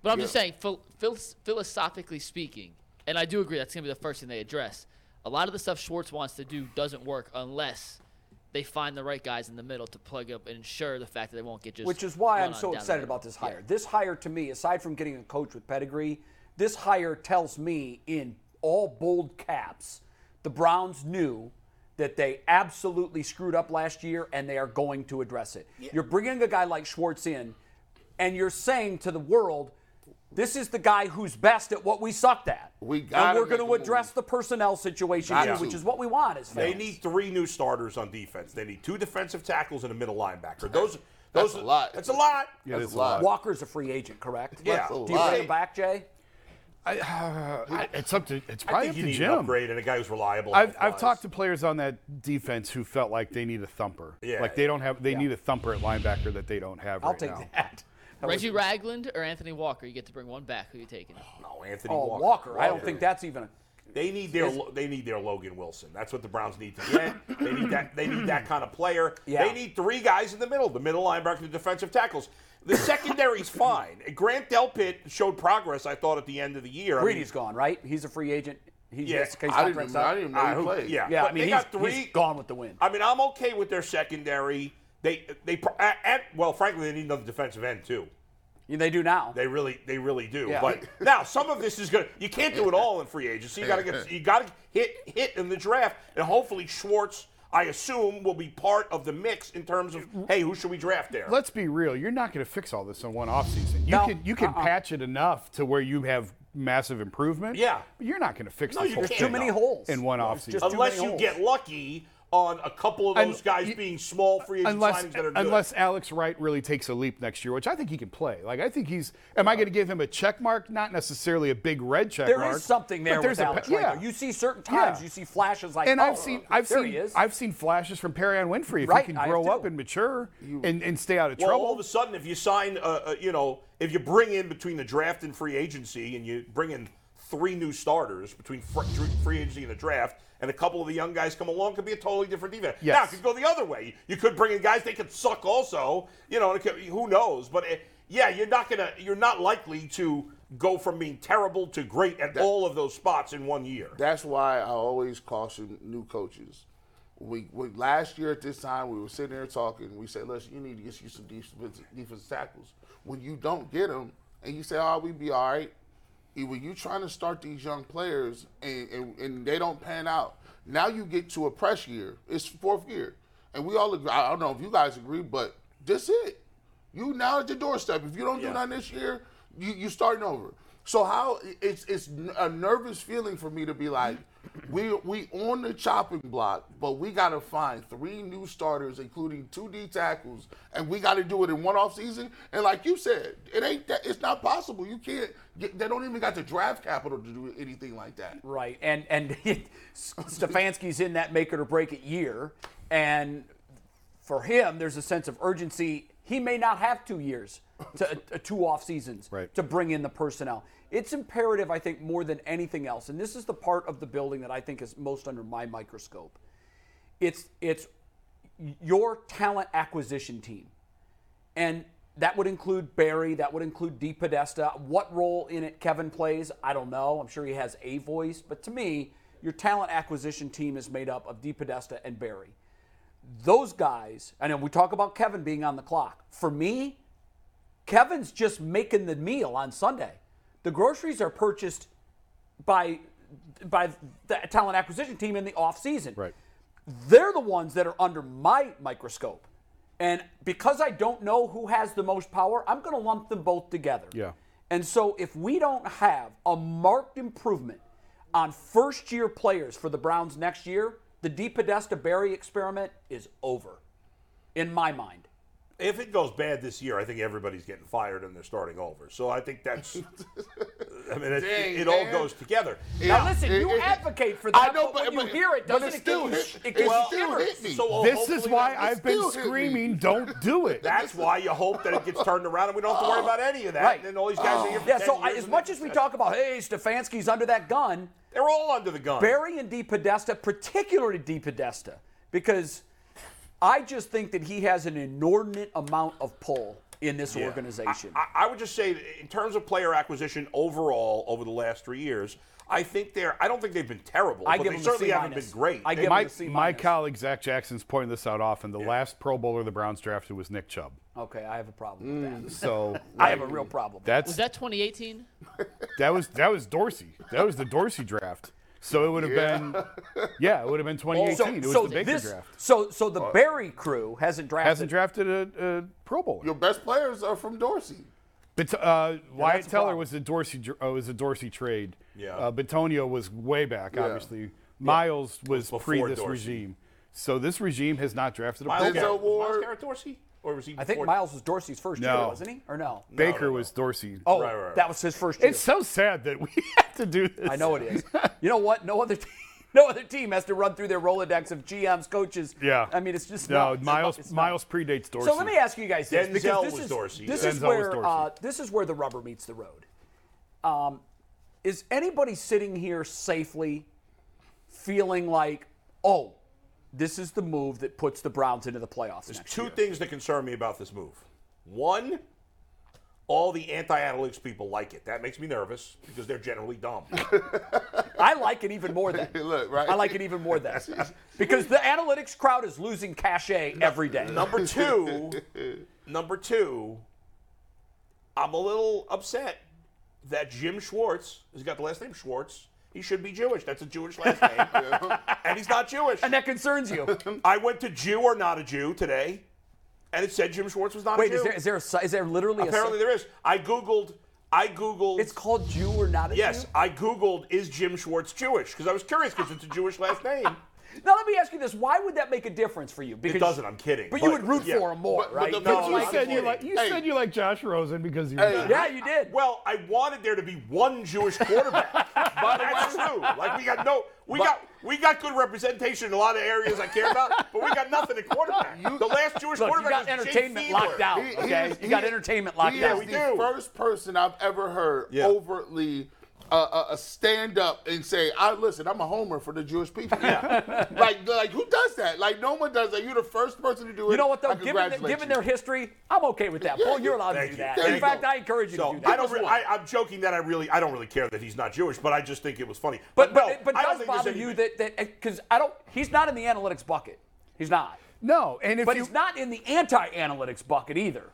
E: But I'm just saying, phil- phil- philosophically speaking, and I do agree that's going to be the first thing they address. A lot of the stuff Schwartz wants to do doesn't work unless they find the right guys in the middle to plug up and ensure the fact that they won't get just.
A: Which is why
E: run
A: I'm
E: on
A: so
E: down the
A: excited
E: middle.
A: about this hire. This hire to me, aside from getting a coach with pedigree, this hire tells me in all bold caps the Browns knew that they absolutely screwed up last year and they are going to address it. You're bringing a guy like Schwartz in and you're saying to the world, this is the guy who's best at what we sucked at.
C: We
A: and
C: gotta
A: we're
C: make
A: going
C: a
A: to
C: move.
A: address the personnel situation
C: Gotta.
A: too, which is what we want as fans.
B: They need three new starters on defense. They need two defensive tackles and a middle linebacker. Those those
C: a lot.
B: That's a lot.
D: Yeah,
C: That's
D: that's
C: a lot.
A: Walker's a free agent, correct?
B: Yeah.
A: Do you bring him back, Jay?
D: I- it's up to it's
B: I
D: probably
B: think
D: up
B: you
D: to
B: need an
D: Jim.
B: upgrade and a guy who's reliable.
D: I've, I've talked to players on that defense who felt like they need a thumper.
B: Yeah.
D: Like they don't have they need a thumper at linebacker that they don't have
A: I'll
D: right
A: take
D: now.
A: that. That was-
E: Reggie Ragland or Anthony Walker, you get to bring one back. Who you taking?
B: no Anthony
A: Oh,
B: Walker.
A: Walker. I don't think that's even a.
B: They need their they need their Logan Wilson. That's what the Browns need to get. they need that they need that kind of player.
A: Yeah.
B: They need three guys in the middle, the middle linebacker, the defensive tackles. The secondary's fine. Grant Delpit showed progress, I thought, at the end of the year. I mean,
A: Brady's gone, right? He's a free agent. He's
B: Yeah,
A: he's
C: I
A: not
C: didn't,
A: Brent's
C: even, I
A: out.
C: didn't even
B: Uh,
C: know he
B: who-
C: played.
B: yeah.
A: Yeah, I
B: But
A: mean,
B: they
A: he's,
B: got three- Uh,
A: he's gone with the wind.
B: I mean, I'm okay with their secondary. They they pro- at, at- well, frankly, they need another defensive end too.
A: And they do now.
B: They really they really do.
A: Yeah.
B: But now some of this is gonna you can't do it all in free agency. You gotta get you gotta hit hit in the draft, and hopefully Schwartz, I assume, will be part of the mix in terms of hey, who should we draft there?
D: Let's be real. You're not going to fix all this in one offseason. You
A: No. uh-uh.
D: can you can patch it enough to where you have massive improvement.
B: Yeah.
D: But you're not going to fix
B: No,
D: this
B: you
D: whole
B: can't.
A: too
D: thing
A: many
B: no.
A: holes.
D: in one
A: It's
D: offseason.
A: just too
B: unless
A: many
B: you
A: holes.
B: get lucky on a couple of
D: Un-
B: those guys
D: you-
B: being small free agent
D: unless
B: signings that are good.
D: unless Alex Wright really takes a leap next year, which I think he can play. Like I think he's. Am I going to give him a check mark? Not necessarily a big red check
A: There
D: mark.
A: is something
D: but
A: there
D: there's
A: with
D: a
A: Alex
D: pa-
A: Wright,
D: yeah.
A: though. You see certain times,
D: Yeah.
A: you see flashes like.
D: And I've
A: oh,
D: seen, I've
A: there
D: seen,
A: he is.
D: I've seen flashes from Perry on Winfrey. If
A: Right, I
D: he can
A: have
D: grow
A: too.
D: up and mature and, and stay out of
B: Well,
D: trouble,
B: all of a sudden, if you sign, uh, uh, you know, if you bring in between the draft and free agency, and you bring in three new starters between fr- tr- free agency and the draft, and a couple of the young guys come along, could be a totally different defense.
D: Yes.
B: Now, it could go the other way. You could bring in guys they could suck also. You know, and it could, who knows? But eh, yeah, you're not gonna, you're not likely to go from being terrible to great at all of those spots in one year.
C: That's why I always caution new coaches. We, we last year at this time we were sitting there talking. We said, "Listen, you need to get you some defensive, defensive tackles." When you don't get them, and you say, "Oh, we be all right," and when you trying to start these young players and, and and they don't pan out, now you get to a press year. It's fourth year, and we all agree. I don't know if you guys agree, but this it. You now at your doorstep. If you don't do
B: Yeah.
C: nothing this year, you you starting over. So how it's it's n- a nervous feeling for me to be like, we we on the chopping block, but we gotta find three new starters, including two D tackles, and we gotta do it in one off season. And like you said, it ain't that it's not possible. You can't. Get, they don't even got the draft capital to do anything like that.
A: Right, and and Stefanski's in that make it or break it year, and for him, there's a sense of urgency. He may not have two years, to, uh, two off seasons
D: Right.
A: to bring in the personnel. It's imperative, I think, more than anything else, and this is the part of the building that I think is most under my microscope. It's it's your talent acquisition team. And that would include Barry, that would include Dee Podesta. What role in it Kevin plays, I don't know. I'm sure he has a voice, but to me, your talent acquisition team is made up of Dee Podesta and Barry. Those guys, I know we talk about Kevin being on the clock. For me, Kevin's just making the meal on Sunday. The groceries are purchased by by the talent acquisition team in the off season.
D: Right.
A: They're the ones that are under my microscope. And because I don't know who has the most power, I'm going to lump them both together.
D: Yeah.
A: And so if we don't have a marked improvement on first year players for the Browns next year, the D Podesta Barry experiment is over in my mind.
B: If it goes bad this year, I think everybody's getting fired and they're starting over. So I think that's, I mean, it,
C: Dang,
B: it all
C: man.
B: goes together.
A: Now listen,
C: it-
A: you
C: it-
A: advocate for
C: I
A: that,
C: know,
A: but,
C: but-
A: when you
C: but-
A: hear it,
C: but
A: doesn't
C: it
A: it,
C: still
A: give you?
C: hit-
A: sh- It
C: it
A: gives you
C: still
A: shivers.
C: hit me.
B: So oh,
D: This
B: hopefully
D: is why
B: that-
D: I've been
C: still hit me.
D: screaming, don't do it.
B: That's why you hope that it gets turned around and we don't have to
C: Oh.
B: worry about any of that.
A: Right. Oh.
B: And then all these guys are here for
A: Yeah,
B: 10
A: so I,
B: years
A: as
B: and
A: much
B: they-
A: as we talk about, hey, Stefanski's under that gun,
B: They're all under the gun.
A: Barry and D. Podesta, particularly D. Podesta, because I just think that he has an inordinate amount of pull in this
B: Yeah.
A: organization.
B: I, I- I would just say, that in terms of player acquisition overall over the last three years, I think they're. I don't think they've been terrible.
A: I
B: but
A: give
B: they
A: them a
B: certainly
A: C
B: haven't
A: minus.
B: been great.
A: I
B: They-
A: give them
D: my,
A: a C
D: my
A: minus.
D: colleague Zach Jackson's pointing this out often. The last Pro Bowler the Browns drafted was Nick Chubb.
A: okay, I have a problem with
C: Mm.
A: that.
D: So
A: I have a real problem. with
D: that's
E: Was that 2018?
D: that was that was Dorsey. That was the Dorsey draft. So it would have been yeah, it would have been 2018.
A: So,
D: it was
A: so
D: the Baker
A: this,
D: draft.
A: so so the Barry crew hasn't drafted.
D: Hasn't drafted a, a Pro Bowler.
C: Your best players are from Dorsey.
D: But uh, Wyatt
A: a
D: Teller
A: problem.
D: was a Dorsey dr- uh, was a Dorsey trade.
B: Yeah.
D: Uh, Betonio was way back, obviously. Miles was
B: Before
D: pre this
B: Dorsey.
D: regime. So this regime has not drafted a Pro
B: Miles
C: Denzel
D: Bowler.
B: Garrett- was Miles
C: Ward.
B: Garrett Dorsey, or was he?
A: I think
B: before-
A: Miles was Dorsey's first year,
D: No.
A: wasn't he? Or no?
D: Baker
B: no, no.
D: was Dorsey.
A: Oh,
B: Right, right, right.
A: that was his first year.
D: It's so sad that we have to do this.
A: I know it is. You know what? No other, te- no other team has to run through their rolodex of GMs, coaches.
D: Yeah.
A: I mean, it's just
D: No,
A: nuts.
D: Miles
A: It's nuts.
D: Miles predates Dorsey.
A: So let me ask you guys this
B: Denzel
A: because this
B: was
A: is
B: Dorsey.
A: this is
D: Denzel was
A: where
D: Dorsey.
A: uh, this is where the rubber meets the road. Um, is anybody sitting here safely feeling like, oh, this is the move that puts the Browns into the playoffs next
B: Two things that concern me about this move. One, all the anti-analytics people like it. That makes me nervous because they're generally dumb.
A: I like it even more then.
C: Look, right?
A: I like it even more then. Because the analytics crowd is losing cachet every day.
B: number two, number two, I'm a little upset that Jim Schwartz, he's got the last name Schwartz. He should be Jewish. That's a Jewish last name, and he's not Jewish.
A: And that concerns you.
B: I went to Jew or not a Jew today, and it said Jim Schwartz was not
A: Wait,
B: a Jew.
A: is there, is there, a, si- is there literally
B: Apparently
A: a. si-
B: there is. I googled. I googled.
A: It's called Jew or not a
B: Yes,
A: Jew?
B: I googled is Jim Schwartz Jewish because I was curious because it's a Jewish last name.
A: Now let me ask you this: Why would that make a difference for you? Because
B: doesn't, I'm kidding,
A: But, you
B: but-
A: would root
B: yeah.
A: for him more,
C: But- but
A: right?
C: the-
A: You
C: but
A: don't
C: you
A: like
C: said
A: him.
C: you like-
D: you
C: Hey.
D: said you like Josh Rosen because he was
C: Hey.
A: yeah, you did.
B: Well, I wanted there to be one Jewish quarterback. but that's true. Like we got no, we got we got good representation in a lot of areas I care about, but we got nothing at quarterback. the last Jewish
A: Look, you
B: quarterback
A: got
B: was Jay
A: entertainment
B: Fiedler.
A: locked down.
C: He- he
A: Okay,
C: is-
A: you got
C: he-
A: entertainment locked
C: he
A: down.
C: is
B: we
C: the
B: do.
C: first person I've ever heard
B: Yeah.
C: overtly a, a, a stand up and say, "I listen, I'm a homer for the Jewish people." like, like who does that? Like, no one does that. You're the first person to do it.
A: You know what,
C: I
A: though? Given, the,
C: congratulate
A: given
C: you.
A: their history, I'm okay with that.
C: Yeah,
A: Paul, you're
C: yeah.
A: allowed to
B: Thank
A: do
B: you.
A: that.
B: There
A: In
B: you
A: fact,
B: go.
A: I encourage you to
B: So
A: do that.
B: I don't. Re- I, I'm joking that I really I don't really care that he's not Jewish, but I just think it was funny.
A: But but,
B: no,
A: it, but
B: I don't
A: does
B: think there's
A: bother
B: any-
A: you that that because I don't. He's not in the analytics bucket. He's not.
D: No, and if
A: But
D: you,
A: he's not in the anti-analytics bucket either.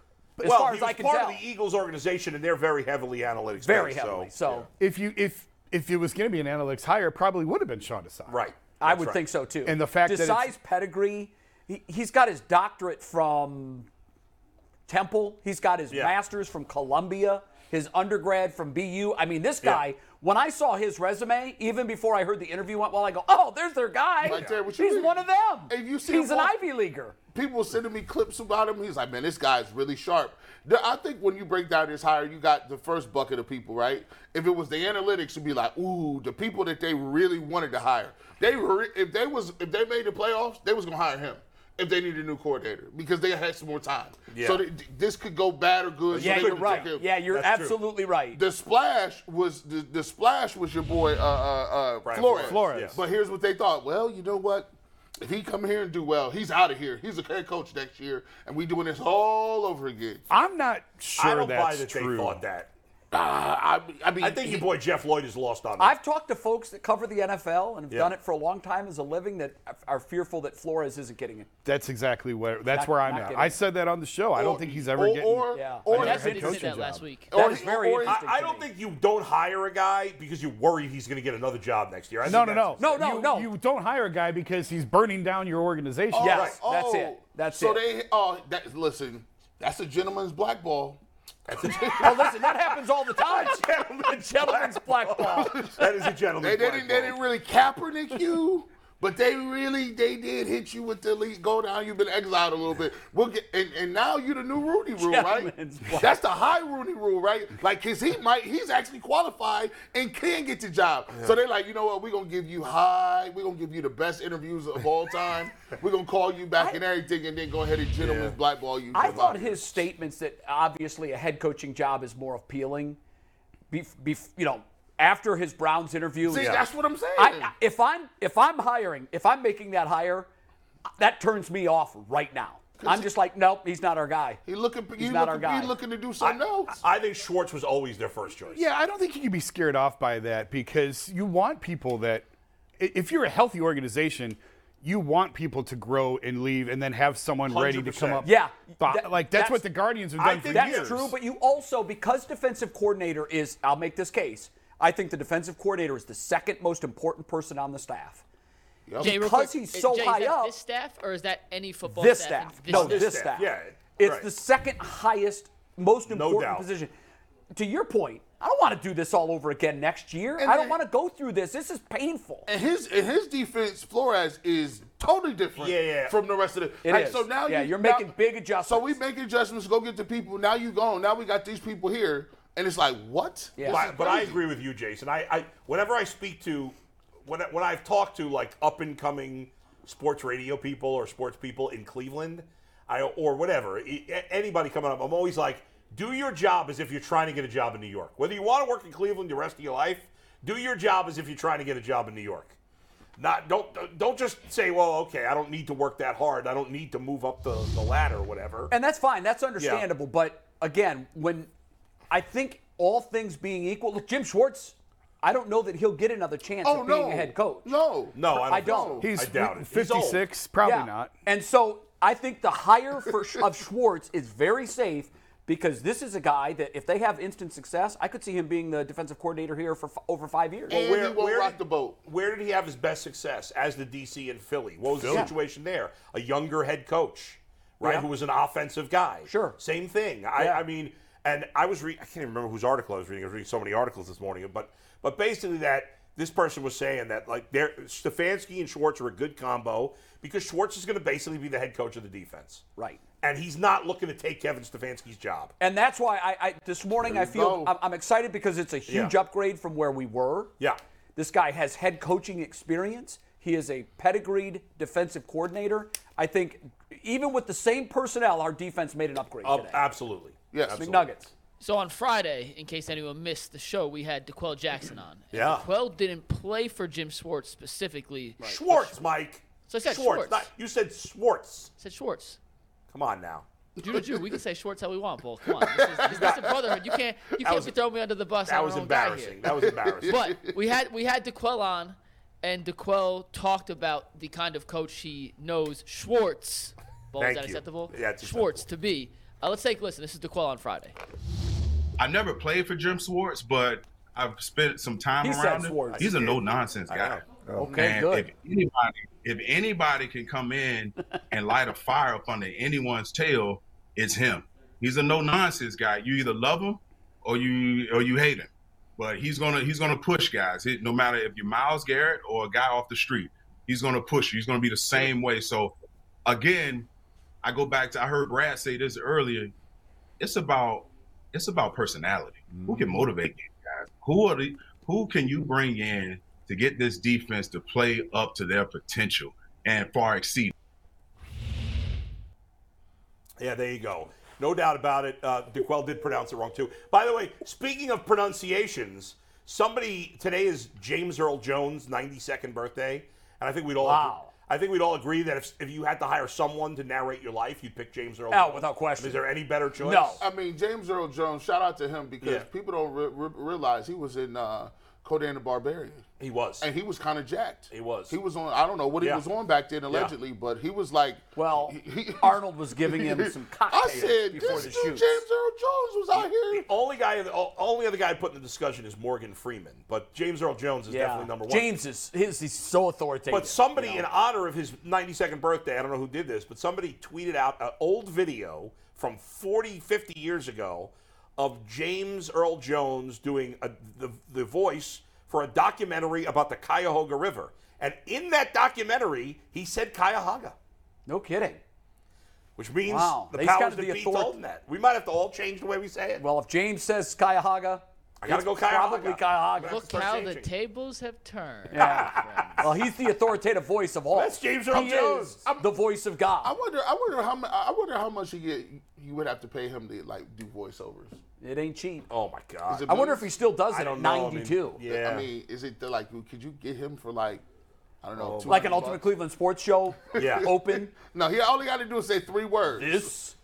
A: As
B: well,
A: far
B: he
A: as
B: was
A: I can
B: part
A: tell,
B: of the Eagles organization, and they're very heavily analytics.
A: very
B: based,
A: heavily. So,
D: if you if if it was going to be an analytics hire, it probably would have been Sean Desai.
B: yeah. right,
A: I
B: That's
A: would
B: right.
A: think so too.
D: And the fact that
A: Desai's
D: it's-
A: pedigree, he, he's got his doctorate from Temple. He's got his
B: Yeah.
A: master's from Columbia. His undergrad from BU. I mean, this guy.
B: Yeah.
A: When I saw his resume, even before I heard the interview went well, I go, "Oh, there's their guy.
C: Right there, what you
A: he's
C: mean?
A: one of them.
C: If you see
A: he's an
C: him walk-
A: Ivy leaguer."
C: people sending me clips about him. He's like, man, this guy's really sharp. The- I think when you break down his hire, you got the first bucket of people, right? If it was the analytics, you'd be like, ooh, the people that they really wanted to hire. They were if they was if they made the playoffs, they was gonna hire him if they needed a new coordinator because they had some more time.
B: Yeah.
C: So th- this could go bad or good. so
A: Yeah,
C: they
A: you're
C: could
A: right.
C: take a-
A: Yeah, you're
B: That's true.
A: absolutely right.
C: the splash was the, the splash was your boy uh, uh, uh,
B: Brian
C: Flores.
B: Flores, yes.
C: But here's what they thought. Well, you know what? If he come here and do well, he's out of here. He's a head coach next year, and we doing this all over again.
D: I'm not sure
B: I don't
D: that's
B: buy that
D: true.
B: they thought that.
C: I, I mean,
B: I think
C: he-
B: your boy Jeff Lloyd is lost on that.
A: I've talked to folks that cover the NFL and have
B: Yeah.
A: done it for a long time as a living that are fearful that Flores isn't getting it.
D: That's exactly where that's
A: Not-
D: where I'm
A: not
D: at.
A: getting
D: I
A: it.
D: said that on the show. I don't
C: or-
D: think he's ever
C: or,
D: getting.
C: Or,
A: Yeah.
C: or,
D: Another
E: That's
D: head
E: what he said
D: coaching
E: that last
D: job.
E: week.
C: or-
A: That is very
C: or-
A: interesting.
B: I, I
A: to
B: don't
A: me.
B: think you don't hire a guy because you worry he's going to get another job next year. I
D: no, no,
B: think
D: no,
B: that's-
A: No, no,
D: you,
A: no.
D: You don't hire a guy because he's burning down your organization.
C: Oh,
A: Yes, that's it. That's
C: so
A: it.
C: they, oh, that, listen, that's a gentleman's blackball. That's a
A: Well, listen, that happens all the time.
B: Gentleman's
A: Gentleman's black ball.
B: that is a gentleman.
C: They, they didn't. They didn't really Kaepernick you, but they really they did hit you with the elite go down. You've been exiled a little bit. We'll get and, and now you're the new Rooney rule, right?
A: Gentleman's block.
C: That's the high Rooney rule, right? Like, cause he might he's actually qualified and can get the job. So they're like, you know what? We're gonna give you high. We're gonna give you the best interviews of all time. We're gonna call you back and everything, and then go ahead and gentleman's blackball you.
A: I
C: for
A: thought
C: five years.
A: his statements that obviously a head coaching job is more appealing, bef- bef- you know, after his Browns interview.
C: See, that's what I'm saying.
A: I, I- if I'm if I'm hiring, if I'm making that hire, that turns me off right now. I'm just like, nope, he's not our guy.
C: he looking. He
A: not our
C: looking, he
A: guy.
C: looking to do something else.
B: I think Schwartz was always their first choice.
D: Yeah, I don't think you can be scared off by that because you want people that, i- if you're a healthy organization, you want people to grow and leave and then have someone ready to
B: 100%.
D: come up.
A: Yeah,
D: Bo-
A: that-
D: like that's,
A: that's-
D: what the Guardians have
B: I
D: done for
B: think
A: That's
D: years.
A: true, but you also, because defensive coordinator is, I'll make this case, I think the defensive coordinator is the second most important person on the staff.
E: Jay, real
A: Because
E: quick,
A: he's
E: is-
A: so
E: Jay, is
A: high
E: that
A: up-
E: This staff, or is that any football
A: this
E: staff? in
A: staff. No,
E: staff?
A: this staff.
B: staff. Yeah,
A: It's
B: right.
A: the second highest, most important
B: doubt.
A: position. To your point, I don't want to do this all over again next year. I don't
C: they-
A: want to go through this. This is painful.
C: And his and his defense, Flores is totally different
B: Yeah, yeah.
C: from the rest of the.
A: It
C: like,
A: is.
C: So now
A: Yeah,
C: you,
A: you're
C: now-
A: making big adjustments.
C: So we make adjustments, go get the people. Now you gone. Now we got these people here, and it's like what?
A: Yeah.
C: This is
B: But, but I
C: crazy.
B: agree with you, Jason. I, I whenever I speak to, when I- when I've talked to like up and coming sports radio people or sports people in Cleveland, I or whatever e- a- anybody coming up, I'm always like, do your job as if you're trying to get a job in New York. Whether you want to work in Cleveland the rest of your life, do your job as if you're trying to get a job in New York. Not don't don't just say, well, okay, I don't need to work that hard. I don't need to move up the, the ladder or whatever.
A: and that's fine. That's understandable. But again, when I think all things being equal, look, Jim Schwartz, I don't know that he'll get another chance
C: Oh
A: at
C: no.
A: being a head coach.
C: No.
B: no, I don't.
A: I
B: think
A: don't.
B: so.
D: He's
B: I doubt it. He's old.
D: 56, probably
A: Yeah.
D: not.
A: And so I think the hire for of Schwartz is very safe because this is a guy that if they have instant success, I could see him being the defensive coordinator here for f- over five years.
C: And he won't rock
B: did,
C: the boat.
B: Where did he have his best success as the DC in Philly? What was the situation there? A younger head coach, right,
A: Yeah.
B: who was an offensive guy.
A: Sure.
B: Same thing. I,
A: Yeah.
B: I mean, and I was reading. I can't even remember whose article I was reading. I was reading so many articles this morning, but but basically that this person was saying that like there Stefanski and Schwartz are a good combo because Schwartz is going to basically be the head coach of the defense,
A: Right.
B: And he's not looking to take Kevin Stefanski's job.
A: And that's why I, I this morning I feel
C: go.
A: I'm, I'm excited because it's a huge
B: Yeah.
A: upgrade from where we were.
B: Yeah.
A: This guy has head coaching experience. He is a pedigreed defensive coordinator. I think even with the same personnel, our defense made an upgrade
B: Uh,
A: today.
B: absolutely.
C: Yes.
B: Absolutely.
A: McNuggets.
E: So on Friday, in case anyone missed the show, we had DeQuell Jackson on. And
B: Yeah.
E: DeQuell didn't play for Jim Schwartz specifically.
B: Schwartz, Mike.
E: So I said Schwartz.
B: not- you said Schwartz.
E: said Schwartz.
B: Come on now.
E: Jew to Jew, we can say Schwartz how we want, Paul. Come on, this is, this, that's a brotherhood. You can't you can't
B: was-
E: be throwing me under the bus.
B: That
E: I'm
B: was
E: our own guy here.
B: embarrassing. That was embarrassing.
E: But we had we had DeQuell on, and DeQuell talked about the kind of coach he knows Schwartz. Well, is
B: Thank
E: that
B: you.
E: acceptable?
B: Yeah, it's
E: Schwartz to be. Uh, let's take a listen. This is DeQuell on Friday.
F: I've never played for Jim Swartz, but I've spent some time
A: He said
F: around him.
A: Swartz.
F: He's a no nonsense guy.
A: Okay,
F: and
A: good.
F: if anybody, if anybody can come in and light a fire up under anyone's tail, it's him. He's a no nonsense guy. You either love him or you or you hate him. But he's gonna he's gonna push guys. He- no matter if you're Miles Garrett or a guy off the street, he's gonna push you. He's gonna be the same way. So again, I go back to I heard Brad say this earlier. It's about it's about personality. Who can motivate these guys? Who are the who can you bring in to get this defense to play up to their potential and far exceed?
B: Yeah, there you go. No doubt about it. Uh, DeQuell did pronounce it wrong too. By the way, speaking of pronunciations, somebody today is James Earl Jones' 92nd birthday, and I think we'd all
A: Wow.
B: I think we'd all agree that if, if you had to hire someone to narrate your life, you'd pick James Earl.
A: Oh,
B: Jones.
A: without question.
B: Is there any better choice?
A: No.
C: I mean, James Earl Jones. Shout out to him because
B: Yeah.
C: people don't re- re- realize he was in uh, Conan the Barbarian,
B: He was.
C: and he was kind of jacked. He
B: was.
C: He was on. I don't know what
B: Yeah.
C: he was on back then, allegedly, but he was like.
A: Well, Arnold was giving him some
C: I
A: cocktails
C: said
A: before
C: this
A: the
C: dude
A: shoot.
C: James Earl Jones was out here.
B: The only guy, the o- only other guy put in the discussion is Morgan Freeman, but James Earl Jones is definitely number one.
A: James is his, he's so authoritative.
B: But somebody, in honor of his 92nd birthday, I don't know who did this, but somebody tweeted out an old video from 40, 50 years ago of James Earl Jones doing a, the, the voice for a documentary about the Cuyahoga River. And in that documentary, he said Cuyahoga,
A: no kidding.
B: which means
A: Wow.
B: the
A: He's
B: powers
A: got
B: that
A: the
B: be
A: authority.
B: told him that. We might have to all change the way we say it.
A: Well, if James says Cuyahoga,
B: I gotta
A: it's
B: go Cuyahoga.
A: Probably Cuyahoga.
B: That's
E: Look
B: the first
E: how
B: change
E: the
B: it.
E: tables have turned.
A: Yeah. well, he's the authoritative voice of all.
B: That's James Earl
A: he
B: Jones.
A: Is the voice of God.
C: I wonder. I wonder how. mu- I wonder how much you get. You would have to pay him to like do voiceovers.
A: it ain't cheap.
B: oh my
C: Is
B: God.
C: it
A: I wonder if
C: millions?
A: he still does
B: I
A: it at
B: don't know. I mean,
A: 92.
B: yeah.
C: I mean, is it the, like? Could you get him for like? I don't know.
A: Like an
C: 200
A: Ultimate
C: bucks?
A: Cleveland Sports Show.
B: Yeah.
A: Open.
C: No, he all he got to do is say three words.
A: This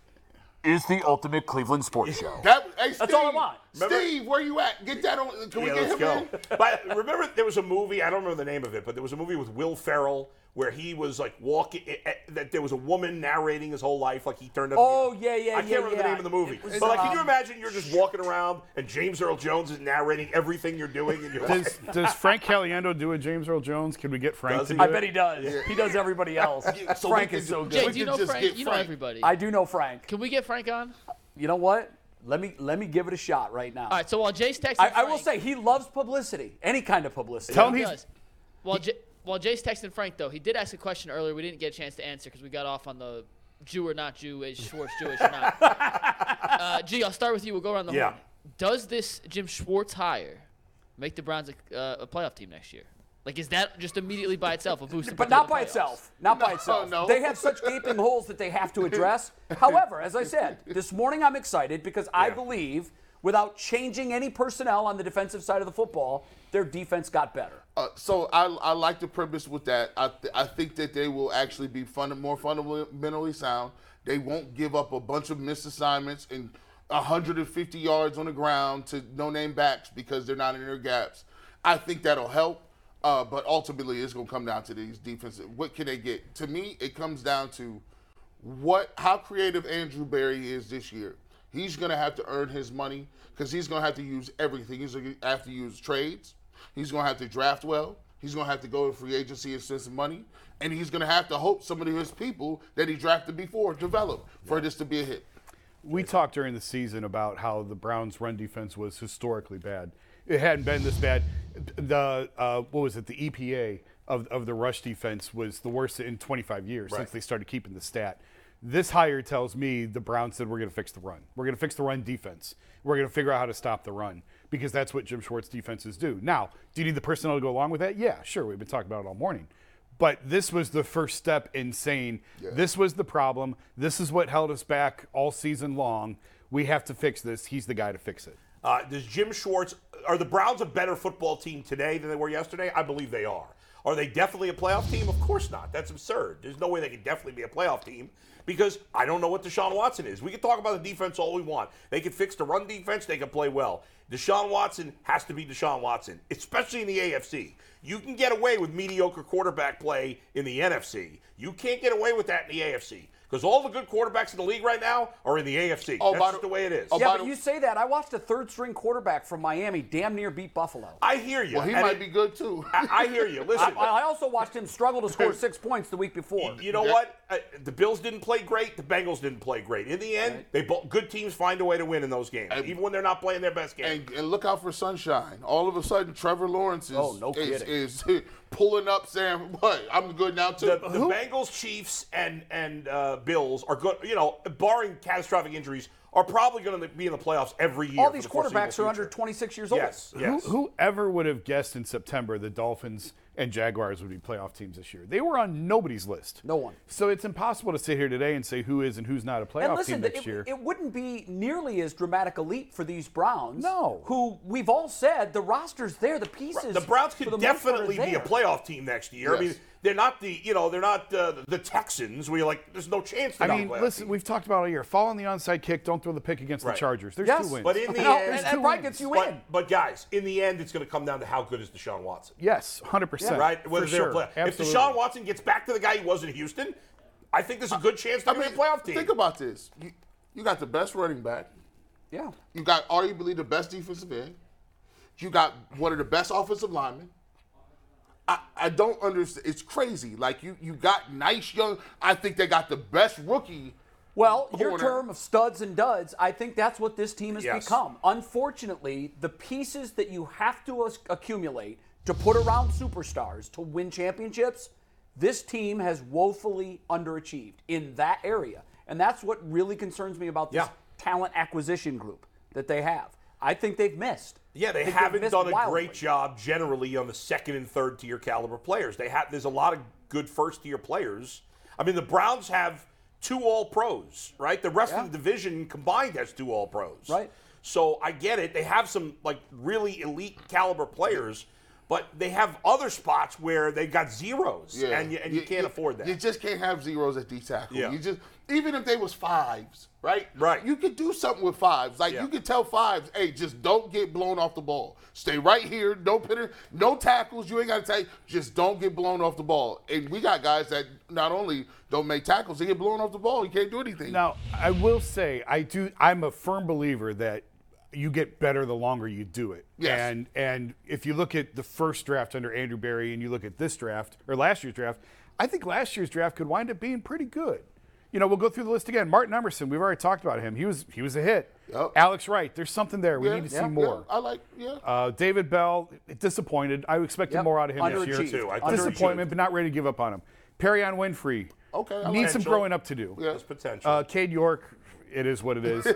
A: is the Ultimate Cleveland Sports Show.
C: That, hey, Steve,
A: That's all I want.
B: Remember-
C: Steve, where you at? Get that on.
B: Yeah,
C: Can we get
B: let's
C: him
B: go.
C: in?
B: but remember, there was a movie. I don't remember the name of it, but there was a movie with Will Ferrell where he was like walking. eh, eh, That there was a woman narrating his whole life, like he turned up.
A: Oh, yeah, yeah,
B: I can't
A: yeah,
B: remember the
A: yeah.
B: name of the movie.
A: It was,
B: But like, can you
A: um,
B: imagine you're just walking around and James Earl Jones is narrating everything you're doing in your
D: Does,
B: life?
D: does Frank Caliendo do a James Earl Jones? Can we get Frank
B: Does
D: to
B: he?
D: do
A: I
D: it?
A: bet he does. He does everybody else.
C: so
A: Frank
C: we
A: is
C: could
A: so
C: ju-
A: good.
E: Jay,
C: we
E: do you
C: could
E: know
C: just
E: Frank?
C: get
E: You know
C: Frank.
E: everybody.
A: I do know Frank.
E: Can we get Frank on?
A: You know what? Let me let me give it a shot right now.
E: All right. So while Jay's texting,
A: I, I will
E: Frank-
A: say he loves publicity, any kind of publicity.
D: Tell him
E: He
D: he's
E: does. While, J- while Jay's texting Frank, though, he did ask a question earlier we didn't get a chance to answer because we got off on the Jew or not Jew, is Schwartz Jewish or not. uh, G, I'll start with you. We'll go around the
B: Yeah.
E: horn. Does this Jim Schwartz hire make the Browns a, uh, a playoff team next year? Like, is that just immediately by itself a boost? to
A: But
E: get to
A: not
E: the
A: by
E: playoffs?
A: itself. Not by itself.
C: no.
A: They have such gaping holes that they have to address. However, as I said, this morning I'm excited because I believe without changing any personnel on the defensive side of the football, their defense got better.
C: Uh, so I, I like the premise with that. I, th- I think that they will actually be funda- more fundamentally sound. They won't give up a bunch of missed assignments and 150 yards on the ground to no name backs because they're not in their gaps. I think that'll help. Uh, but ultimately, it's going to come down to these defensive. What can they get? To me, it comes down to what how creative Andrew Barry is this year. He's going to have to earn his money because he's going to have to use everything. He's going to have to use trades. He's going to have to draft well. He's going to have to go to free agency and send some money. And he's going to have to hope some of his people that he drafted before develop for this to be a hit.
D: We talked during the season about how the Browns' run defense was historically bad. It hadn't been this bad. The uh, what was it? The EPA of, of the rush defense was the worst in 25 years since they started keeping the stat. This hire tells me the Browns said we're going to fix the run. We're going to fix the run defense. We're going to figure out how to stop the run because that's what Jim Schwartz defenses do. Now, do you need the personnel to go along with that? Yeah, sure. We've been talking about it all morning. But this was the first step in saying this was the problem. This is what held us back all season long. we have to fix this. He's the guy to fix it.
B: Uh, does Jim Schwartz? Are the Browns a better football team today than they were yesterday? I believe they are. Are they definitely a playoff team? Of course not. That's absurd. There's no way they can definitely be a playoff team because I don't know what Deshaun Watson is. We can talk about the defense all we want. They can fix the run defense. They can play well. Deshaun Watson has to be Deshaun Watson, especially in the AFC. You can get away with mediocre quarterback play in the NFC. You can't get away with that in the AFC because all the good quarterbacks in the league right now are in the AFC.
C: Oh,
B: That's
C: by
B: just
C: the-
B: the way it is.
C: oh,
A: Yeah,
C: by
A: but
C: the-
A: you say that. I watched a third string quarterback from Miami damn near beat Buffalo.
B: I hear you.
C: Well, he
B: And
C: might
B: it-
C: be good too.
B: I, I hear you.
A: I,
B: Listen,
A: I also watched him struggle to score six points the week before.
B: you know what? Uh, the Bills didn't play great. The Bengals didn't play great. In the end, they both good teams find a way to win in those games, even when they're not playing their best game.
C: and, and look out for sunshine. All of a sudden, Trevor Lawrence is
A: Oh, no
C: is,
A: kidding.
C: is pulling up, saying, "What? I'm good now too."
B: the, the Bengals, Chiefs, and and uh, Bills are good. You know, barring catastrophic injuries, are probably going to be in the playoffs every year.
A: All
B: for
A: these
B: the foreseeable
A: quarterbacks are under
B: future.
A: 26 years old.
B: Yes, yes.
D: Who, whoever would have guessed in September the Dolphins and Jaguars would be playoff teams this year? They were on nobody's list.
A: No one.
D: So it's impossible to sit here today and say who is and who's not a playoff
A: And listen,
D: team
A: th-
D: next year.
A: it, it wouldn't be nearly as dramatic a leap for these Browns.
D: No.
A: Who we've all said the roster's there, the pieces.
B: The Browns
A: for the
B: could
A: most part, are
B: definitely be a
A: there.
B: playoff team next year. I mean,
C: Yes.
B: they're not the you know they're not uh, the Texans where you're like there's no chance.
D: I
B: They're
D: mean,
B: not a playoff
D: listen,
B: team.
D: we've talked about all year. Fall on the onside kick. Don't throw the pick against
B: Right.
D: the Chargers. There's
A: Yes,
D: two wins.
B: but in the
A: No,
B: end,
A: and, and probably gets you
B: but,
A: in.
B: but guys, in the end, it's going to come down to how good is Deshaun Watson.
D: yes, 100%.
B: right? Whether
D: for
B: they're
D: sure.
B: a playoff. If
D: Absolutely.
B: Deshaun Watson gets back to the guy he was in Houston, I think there's a good chance they're
C: I
B: going to
C: mean,
B: be a playoff team.
C: think about this. You, you got the best running back.
A: Yeah.
C: You got arguably the best defensive end. You got one of the best offensive linemen. I, I don't understand. It's crazy. Like you, you got nice young. I think they got the best rookie.
A: Well, your
C: corner.
A: term of studs and duds, I think that's what this team has
B: Yes.
A: become. Unfortunately, the pieces that you have to ac- accumulate to put around superstars to win championships, this team has woefully underachieved in that area. And that's what really concerns me about this
B: Yeah.
A: talent acquisition group that they have. I think they've missed.
B: yeah,
A: I
B: they
A: think they've
B: haven't
A: missed
B: done a
A: wildly.
B: great job generally on the second and third tier caliber players. They have there's a lot of good first tier players. I mean, the Browns have two All Pros, right? The rest of the division combined has two All Pros,
A: Right.
B: So I get it. They have some like really elite caliber players, but they have other spots where they've got zeros,
C: Yeah.
B: and you, and you, can't afford that.
C: You just can't have zeros at D tackle.
B: Yeah.
C: You just even if they was fives, right?
B: Right.
C: You could do something with fives. Like
B: Yeah.
C: you could tell fives, hey, just don't get blown off the ball. Stay right here. No pinner, no tackles. You ain't got to take. Just don't get blown off the ball. And we got guys that not only don't make tackles, they get blown off the ball. You can't do anything.
D: Now, I will say I do. I'm a firm believer that you get better the longer you do it.
C: Yes.
D: And and if you look at the first draft under Andrew Berry, and you look at this draft or last year's draft, I think last year's draft could wind up being pretty good. You know, we'll go through the list again. Martin Emerson, we've already talked about him. He was he was a hit.
C: Yep.
D: Alex Wright, there's something there. We
C: Yeah,
D: need to
C: yeah,
D: see more.
C: yeah, I like. Yeah.
D: Uh, David Bell, disappointed. I expected
A: Yep.
D: more out of him this year.
A: Underachieved. Too. I
B: think
D: Disappointment, but not ready to give up on him. Perry on Winfrey.
C: Okay, I like
D: Needs some
B: potential.
D: growing up to do.
C: Yeah.
B: There's potential.
D: Uh, Cade York, it is what it is.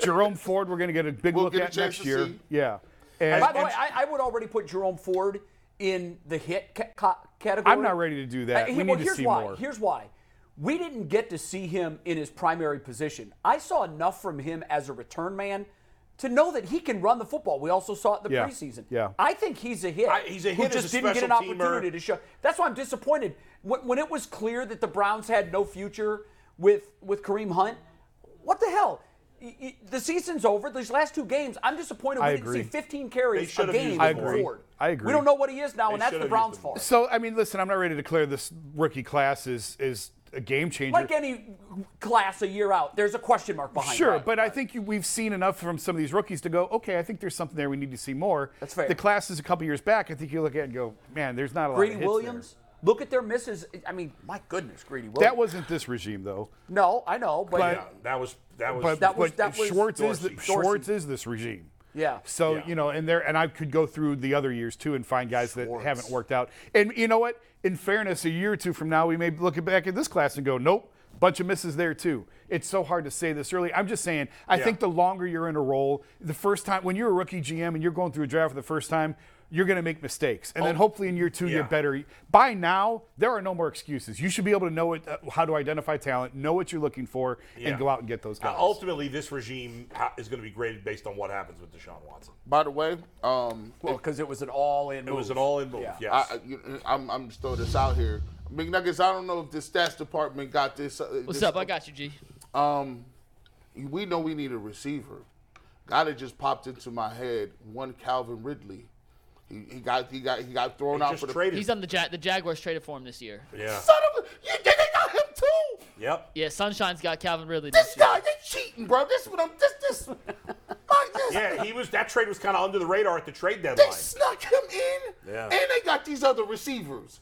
D: Jerome Ford, we're going to get a big
C: We'll
D: look
C: get a
D: at
C: chance
D: next
C: to
D: year.
C: see.
D: Yeah. And
A: By the way, I, I would already put Jerome Ford in the hit ca- ca- category.
D: I'm not ready to do that.
A: Uh,
D: We
A: well,
D: need to
A: here's
D: see
A: why.
D: more.
A: Here's why. We didn't get to see him in his primary position. I saw enough from him as a return man to know that he can run the football. We also saw it in the
D: Yeah.
A: preseason.
D: Yeah.
A: I think he's a hit.
B: I- he's a
A: who
B: hit as
A: just
B: a
A: didn't get an
B: special teamer.
A: opportunity to show. That's why I'm disappointed. When, when it was clear that the Browns had no future with with Kareem Hunt, what the hell? Y- y- The season's over. These last two games, I'm disappointed we
D: I
A: didn't see
D: agree.
A: 15 carries
B: should
A: a
B: have
A: game
B: used him
A: for
B: more.
A: Ford.
D: I agree.
A: We don't know what he is now, and that's
B: should
A: the
B: have used
A: Browns'
B: him more.
A: fault.
D: so, I mean, listen, I'm not ready to declare this rookie class is is a game changer.
A: like any class a year out, there's a question mark behind.
D: Sure,
A: it.
D: but I think you, we've seen enough from some of these rookies to go, okay, I think there's something there we need to see more.
A: That's fair.
D: The classes a couple years back, I think you look at it and go, man, there's not a lot of
A: Greedy
D: hits
A: Williams. Look at their misses. I mean, my goodness, Greedy Williams.
D: there. That wasn't this regime, though.
A: no, I know, but,
B: yeah, that was that was
D: But,
A: That was-
D: but
A: that was
D: Schwartz, is the,
A: Dorsey.
D: Schwartz
A: Dorsey.
D: is this regime.
A: yeah.
D: So
B: Yeah.
D: you know, and there, and I could go through the other years too and find guys that haven't worked out. And you know what? In fairness, a year or two from now, we may look back at this class and go, nope, bunch of misses there too. It's so hard to say this early. I'm just saying, I think the longer you're in a role, the first time when you're a rookie GM and you're going through a draft for the first time, you're going to make mistakes. And
B: Oh,
D: then hopefully in year two, you're better. By now, there are no more excuses. You should be able to know it, uh, how to identify talent, know what you're looking for,
B: Yeah.
D: and go out and get those guys.
B: Ultimately, this regime ha- is going to be graded based on what happens with Deshaun Watson.
C: By the way, um,
A: Well, because it was an all-in.
B: It
G: Oh,
B: was an all-in move.
A: Yeah.
B: Yes.
C: I, I- you- I'm, I'm just throwing this out here. McNuggets, I don't know if the stats department got this. uh,
E: What's
C: this-
E: up? I got you, G.
C: Um, we know we need a receiver. Gotta just popped into my head one Calvin Ridley. He, he got he got he got thrown out
B: just
C: for the
B: traded.
E: He's on the ja- the Jaguars traded for him this year.
B: yeah.
C: Son of a, you they got him too.
B: Yep.
E: Yeah, Sunshine's got Calvin Ridley
C: This
E: this year.
C: guy, they cheating, bro. This what I'm this this. Like this.
B: Yeah, he was. That trade was kind of under the radar at the trade
C: They
B: deadline.
C: snuck him in,
B: Yeah.
C: and they got these other receivers.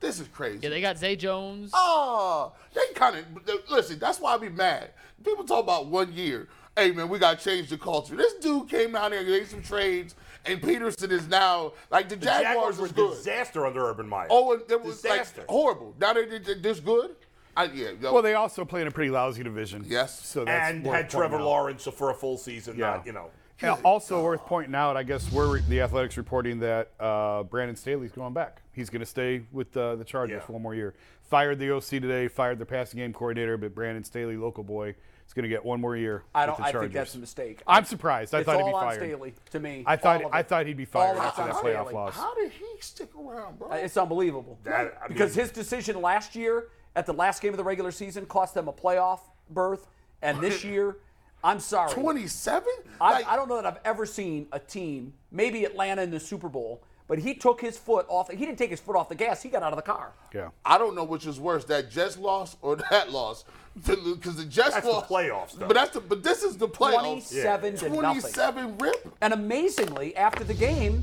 C: This is crazy.
E: Yeah, they got Zay Jones.
C: Oh, they kind of listen. That's why I be mad. People talk about one year. Hey man, we got to change the culture. This dude came down there and made some trades, and Peterson is now like the,
B: The
C: Jaguars,
B: Jaguars,
C: was
B: were
C: good.
B: disaster under Urban Meyer.
C: oh, and it was
B: Disaster.
C: like horrible. Now they did this good. I, yeah, yo,
D: well, they also play in a pretty lousy division.
C: Yes.
D: So that's
B: and
D: worth
B: had Trevor
D: pointing out.
B: Lawrence for a full season.
D: Yeah.
B: Not, you know.
D: And also worth pointing out, I guess we're the athletics reporting that uh, Brandon Staley's going back. He's going to stay with uh, the Chargers
B: Yeah.
D: for one more year. Fired the OC today, fired their passing game coordinator, but Brandon Staley, local boy, is going to get one more year.
A: I
D: with
A: don't.
D: the
A: I
D: Chargers.
A: think that's a mistake.
D: I'm surprised. I
A: it's
D: thought he'd
A: all
D: be
A: on
D: fired.
A: Staley to me.
D: I thought
A: All of
D: I
A: it.
D: thought he'd be fired
A: All of
D: after
A: it's
D: that
A: on
D: playoff
A: Staley.
D: loss.
C: how did he stick around, bro?
A: Uh, It's unbelievable.
B: That- I
A: because
B: mean-
A: his decision last year at the last game of the regular season cost them a playoff berth, and this year, I'm sorry.
C: Twenty-seven.
A: I, I don't know that I've ever seen a team, maybe Atlanta in the Super Bowl, but he took his foot off. He didn't take his foot off the gas. He got out of the car.
D: Yeah.
C: I don't know which is worse, that Jets loss or that loss, because the Jets
B: That's the
C: lost
B: playoffs, though.
C: But that's the but this is the playoffs.
B: Oh,
A: 27 to nothing.
C: Twenty-seven rip.
A: And amazingly, after the game,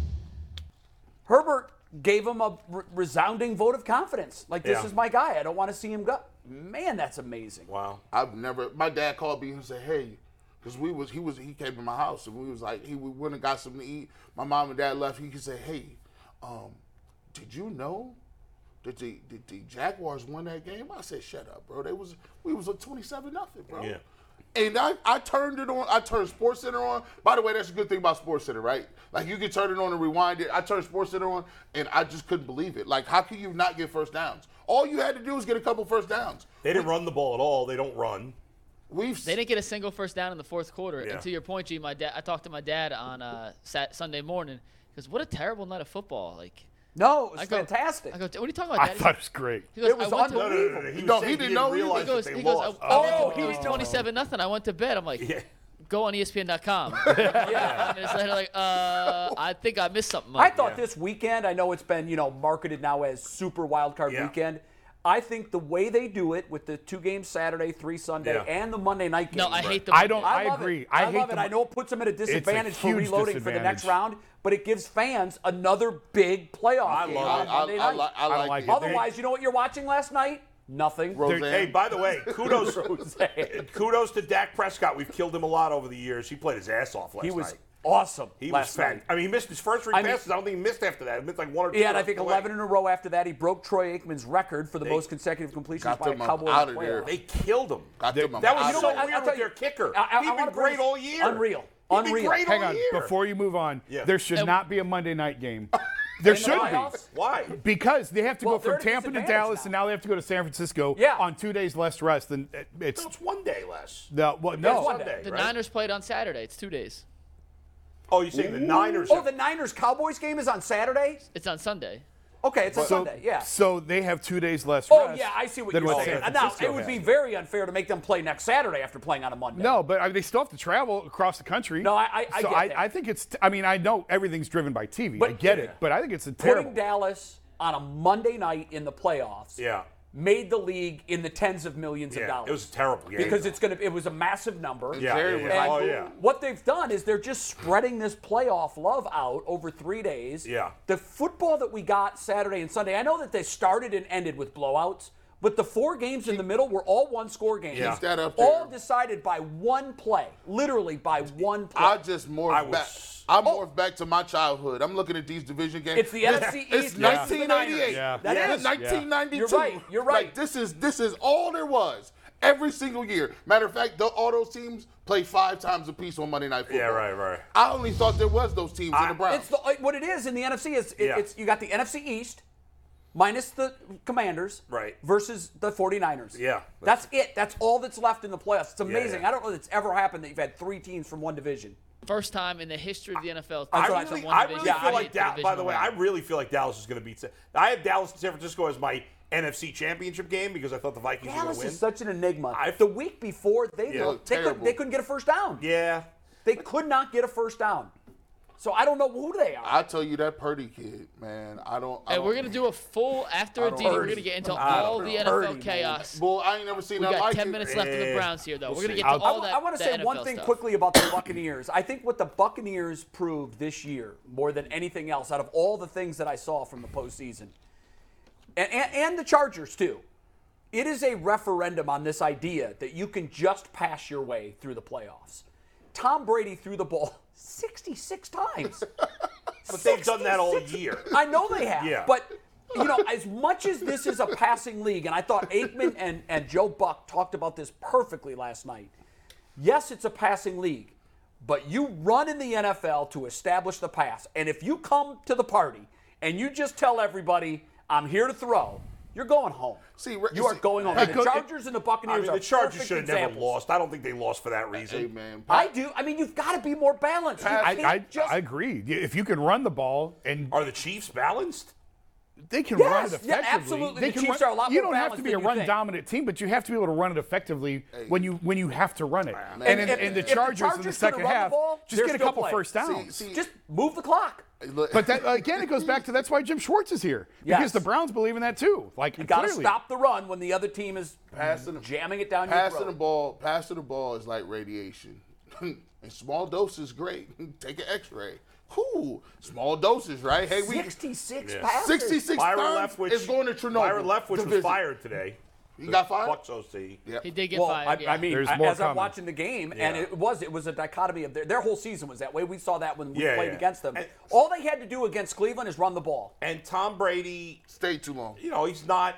A: Herbert gave him a re- resounding vote of confidence. Like, this
B: Yeah.
A: is my guy. I don't want to see him go. Man, that's amazing.
B: Wow.
C: I've never. My dad called me and said, "Hey," because we was he was he came to my house and we was like he we went and got something to eat. My mom and dad left. He could say, "Hey, um, did you know that the that the Jaguars won that game?" I said, "Shut up, bro. They was we was up twenty seven nothing, bro."
B: Yeah.
C: And I, I turned it on. I turned Sports Center on. By the way, that's a good thing about Sports Center, right? Like you can turn it on and rewind it. I turned Sports Center on, and I just couldn't believe it. Like, how can you not get first downs? All you had to do was get a couple first downs.
B: They didn't run the ball at all. They don't run.
C: We've
E: They didn't get a single first down in the fourth quarter.
B: Yeah.
E: And to your point, G, my dad, I talked to my dad on uh, Sat- Sunday morning because what a terrible night of football. Like,
A: No, it was
E: I go,
A: fantastic.
E: I go, what are you talking about?
D: I
E: Dad?
D: thought it was great.
E: he goes,
A: it was
E: I went to-
B: No, no, no, no. no. He, was
C: No,
B: saying
C: he
B: he
C: didn't
B: didn't
C: know either.
B: realize
E: he goes,
B: that they
E: he goes,
B: lost.
E: I, I went to-
A: Oh,
E: it
A: he
E: was
A: didn't.
E: 27 nothing. I went to bed. I'm like, go on E ESPN.com.
A: Yeah.
E: and it's later like, uh, I think I missed something.
A: I thought this weekend, I know it's been, you know, marketed now as super wild card
B: Yeah.
A: weekend. I think the way they do it with the two games Saturday, three Sunday,
B: Yeah.
A: and the Monday night game.
E: no, I hate the.
D: I don't.
A: I,
D: I,
A: love
D: agree.
A: It. I,
D: hate
A: love it.
D: them.
A: I know it puts them at a disadvantage for
D: huge
A: reloading for the next
D: disadvantage.
A: round, but it gives fans another big playoff
B: I
A: game
B: love
A: on
B: it.
A: Monday
C: I, I,
A: night.
C: li- I,
D: don't
C: like,
D: like
C: it.
D: it.
A: Otherwise, you know what you're watching last night? Nothing.
C: Roseanne.
B: Hey, by the way, kudos,
A: Roseanne.
B: kudos to Dak Prescott. We've killed him a lot over the years. He played his ass off last
A: He was
B: night.
A: awesome
B: He was
A: last
B: fat.
A: night.
B: I mean, he missed his first three
A: I mean-
B: passes. I don't think he missed after that. He missed like one or two.
A: He had, I
B: on
A: think,
B: the play.
A: 11 in a row after that. He broke Troy Aikman's record for the most consecutive completions
C: Got
A: by a
C: them up
A: Cowboy
C: outta
A: in the
C: there.
A: playoffs.
B: They killed him.
C: I took my
B: That was
C: mind
B: so
C: off it.
A: I-
B: weird
A: I'll
B: with
A: tell you-
B: their kicker.
A: I- I- I
B: He's
A: wanna
B: been
A: bring
B: great
A: this-
B: all year.
A: unreal.
B: He's been
A: Unreal.
B: great
D: Hang
B: all
D: on.
B: year.
D: Before you move on,
B: Yeah.
D: there should
E: And-
D: not be a Monday night game. There
A: the
D: should be.
A: playoffs?
B: Why?
D: Because they have to
A: Well,
D: go
A: they're
D: from
A: at a
D: Tampa to
A: disadvantage
D: Dallas,
A: now.
D: and now they have to go to San Francisco
A: Yeah.
D: on two days less rest than uh, it's.
B: No, it's one day less.
D: No, well, no.
A: one
B: Sunday,
A: day.
E: The
B: right?
E: Niners played on Saturday. It's two days.
B: Oh, you're saying the Niners?
A: Oh, the Niners Cowboys game is on Saturday?
E: It's on Sunday.
A: Okay, it's on Sunday, yeah.
D: So they have two days less
A: Oh,
D: rest.
A: yeah, I see what
D: than
A: you're saying.
D: San
A: Now,
D: Francisco
A: it would be
D: had.
A: very unfair to make them play next Saturday after playing on a Monday.
D: No, but I mean, they still have to travel across the country.
A: No, I- I- I
D: so
A: get
D: I,
A: that.
D: I think it's. I mean, I know everything's driven by TV. I
A: But-
D: get it,
A: yeah.
D: but I think it's a
A: Putting
D: terrible.
A: Dallas on a Monday night in the playoffs
B: Yeah.
A: made the league in the tens of millions of
B: Yeah,
A: dollars.
B: it was a terrible game.
A: because it's gonna it was a massive number.
B: yeah, yeah,
C: Jerry was
B: yeah.
C: like,
B: oh yeah.
A: What they've done is they're just spreading this playoff love out over three days.
B: Yeah.
A: The football that we got Saturday and Sunday, I know that they started and ended with blowouts, but the four games in the middle were all one score games.
B: Yeah.
C: Keep that up
A: all
C: there.
A: decided by one play, literally by one play.
C: I just morphed
B: I was-
C: back. I morphed back to my childhood. I'm looking at these division games.
A: Oh. It's the
C: This-
A: NFC
C: It's
A: East versus the
C: 1988.
A: Niners. Yeah.
C: That
A: That
C: is
A: is.
C: 1992.
A: You're right, you're right.
C: Like, this is this is all there was. every single year. Matter of fact, the, all those teams play five times a piece on Monday Night Football.
B: Yeah, right, right.
C: I only thought there was those teams in the Browns.
A: It's the, uh, what it is in the NFC is it,
B: Yeah.
A: it's you got the NFC East minus the Commanders
B: Right.
A: versus the 49ers.
B: Yeah.
A: That's, it. That's all that's left in the playoffs. It's amazing.
B: yeah.
A: I don't know that's ever happened that you've had three teams from one division.
E: First time in the history of the NFL.
B: I
A: what I
B: really,
A: thought.
B: I really
A: Yeah, I-
B: feel like Dallas. By the way, I
E: I
B: really feel like Dallas is going to beat. Sa- I have Dallas and San Francisco as my NFC Championship game because I thought the Vikings were going
A: Dallas
B: to win.
A: is such an enigma.
B: I-
A: the week before, they
B: Yeah.
A: looked, they, could,
C: Terrible.
A: they couldn't get a first down.
B: yeah,
A: They could not get a first down. So I don't know who they are.
C: I tell you that Purdy kid, man. I don't. I
E: and
C: don't-
E: we're gonna do a full after
C: I
E: a
C: don't-
E: DD. We're
C: Purdy.
E: gonna get into
A: I don't
E: all
A: know.
E: the NFL
A: Purdy, man.
E: chaos.
C: Boy, I ain't never seen
E: We
C: that
E: got
C: like
E: ten
C: it.
E: minutes left of the
B: Eh,
E: Browns here, though. We're gonna
D: see.
E: get to
D: I'll-
E: all that.
A: I want to
E: that
A: say one
E: NFL
A: thing
E: stuff.
A: quickly about the Buccaneers. I think what the Buccaneers proved this year, more than anything else, out of all the things that I saw from the postseason, and, and, and the Chargers too, it is a referendum on this idea that you can just pass your way through the playoffs. Tom Brady threw the ball 66 times.
B: but they've done that all year.
A: I know they have.
B: Yeah.
A: But you know, as much as this is a passing league, and I thought Aikman and, and Joe Buck talked about this perfectly last night. Yes, it's a passing league, but you run in the NFL to establish the pass. And if you come to the party and you just tell everybody, I'm here to throw, you're going home.
C: See, re-
A: you are
C: see-
A: going home.
C: Hey,
A: the
C: coach,
A: Chargers and the
B: I
A: Buccaneers
B: mean, the
A: are
B: Chargers
A: perfect
B: should have never
A: examples.
B: lost. I don't think they lost for that
C: Hey,
B: reason.
C: man.
A: I do. I mean, you've got to be more balanced. You
D: I,
A: can't
D: I,
A: just
D: I agree. If you can run the ball and
B: Are the Chiefs balanced?
D: they can
A: Yes,
D: run it
A: yeah,
D: effectively,
A: absolutely.
D: They
A: The
D: can
A: Chiefs
D: run-
A: are a lot
D: You
A: more
D: don't have to
A: balanced
D: be a
A: than you
D: run
A: think.
D: dominant team, but you have to be able to run it effectively when you when you have to run it. and in,
A: If-
D: and the
A: if the
D: Chargers, in the
A: Chargers
D: second
A: could've run the
D: half,
A: ball,
D: just
A: they're
D: get a
A: still
D: couple
A: playing.
D: first downs.
C: See-
A: just move the clock.
C: Look-
D: But that again, it goes back to that's why Jim Schwartz is here because
A: Yes.
D: the Browns believe in that too. Like
A: You got to
D: clearly.
A: stop the run when the other team is
C: Passing the-
A: jamming it down your
C: passing
A: throat.
C: the ball, passing the ball is like radiation. and small doses, great. Take an X-ray. Cool. Small doses, right? Hey, we
A: 66
B: Yeah.
A: passes.
C: 66
B: Byron
C: times
B: Leftwich
C: is going to Chernobyl.
B: Byron Leftwich
C: to
B: was
C: visit.
B: fired today.
C: He got fired.
B: Bucks OC.
C: Yeah.
E: He did get
A: Well,
E: fired.
A: I,
E: yeah.
A: I mean,
D: There's
A: I-
D: more
A: as I'm
D: coming.
A: watching the game, and
B: Yeah.
A: it was it was a dichotomy of their, their whole season was that way. We saw that when we
B: Yeah,
A: played
B: yeah.
A: against them.
B: And-
A: All they had to do against Cleveland is run the ball.
B: And Tom Brady
C: Stayed too long.
B: you know, he's not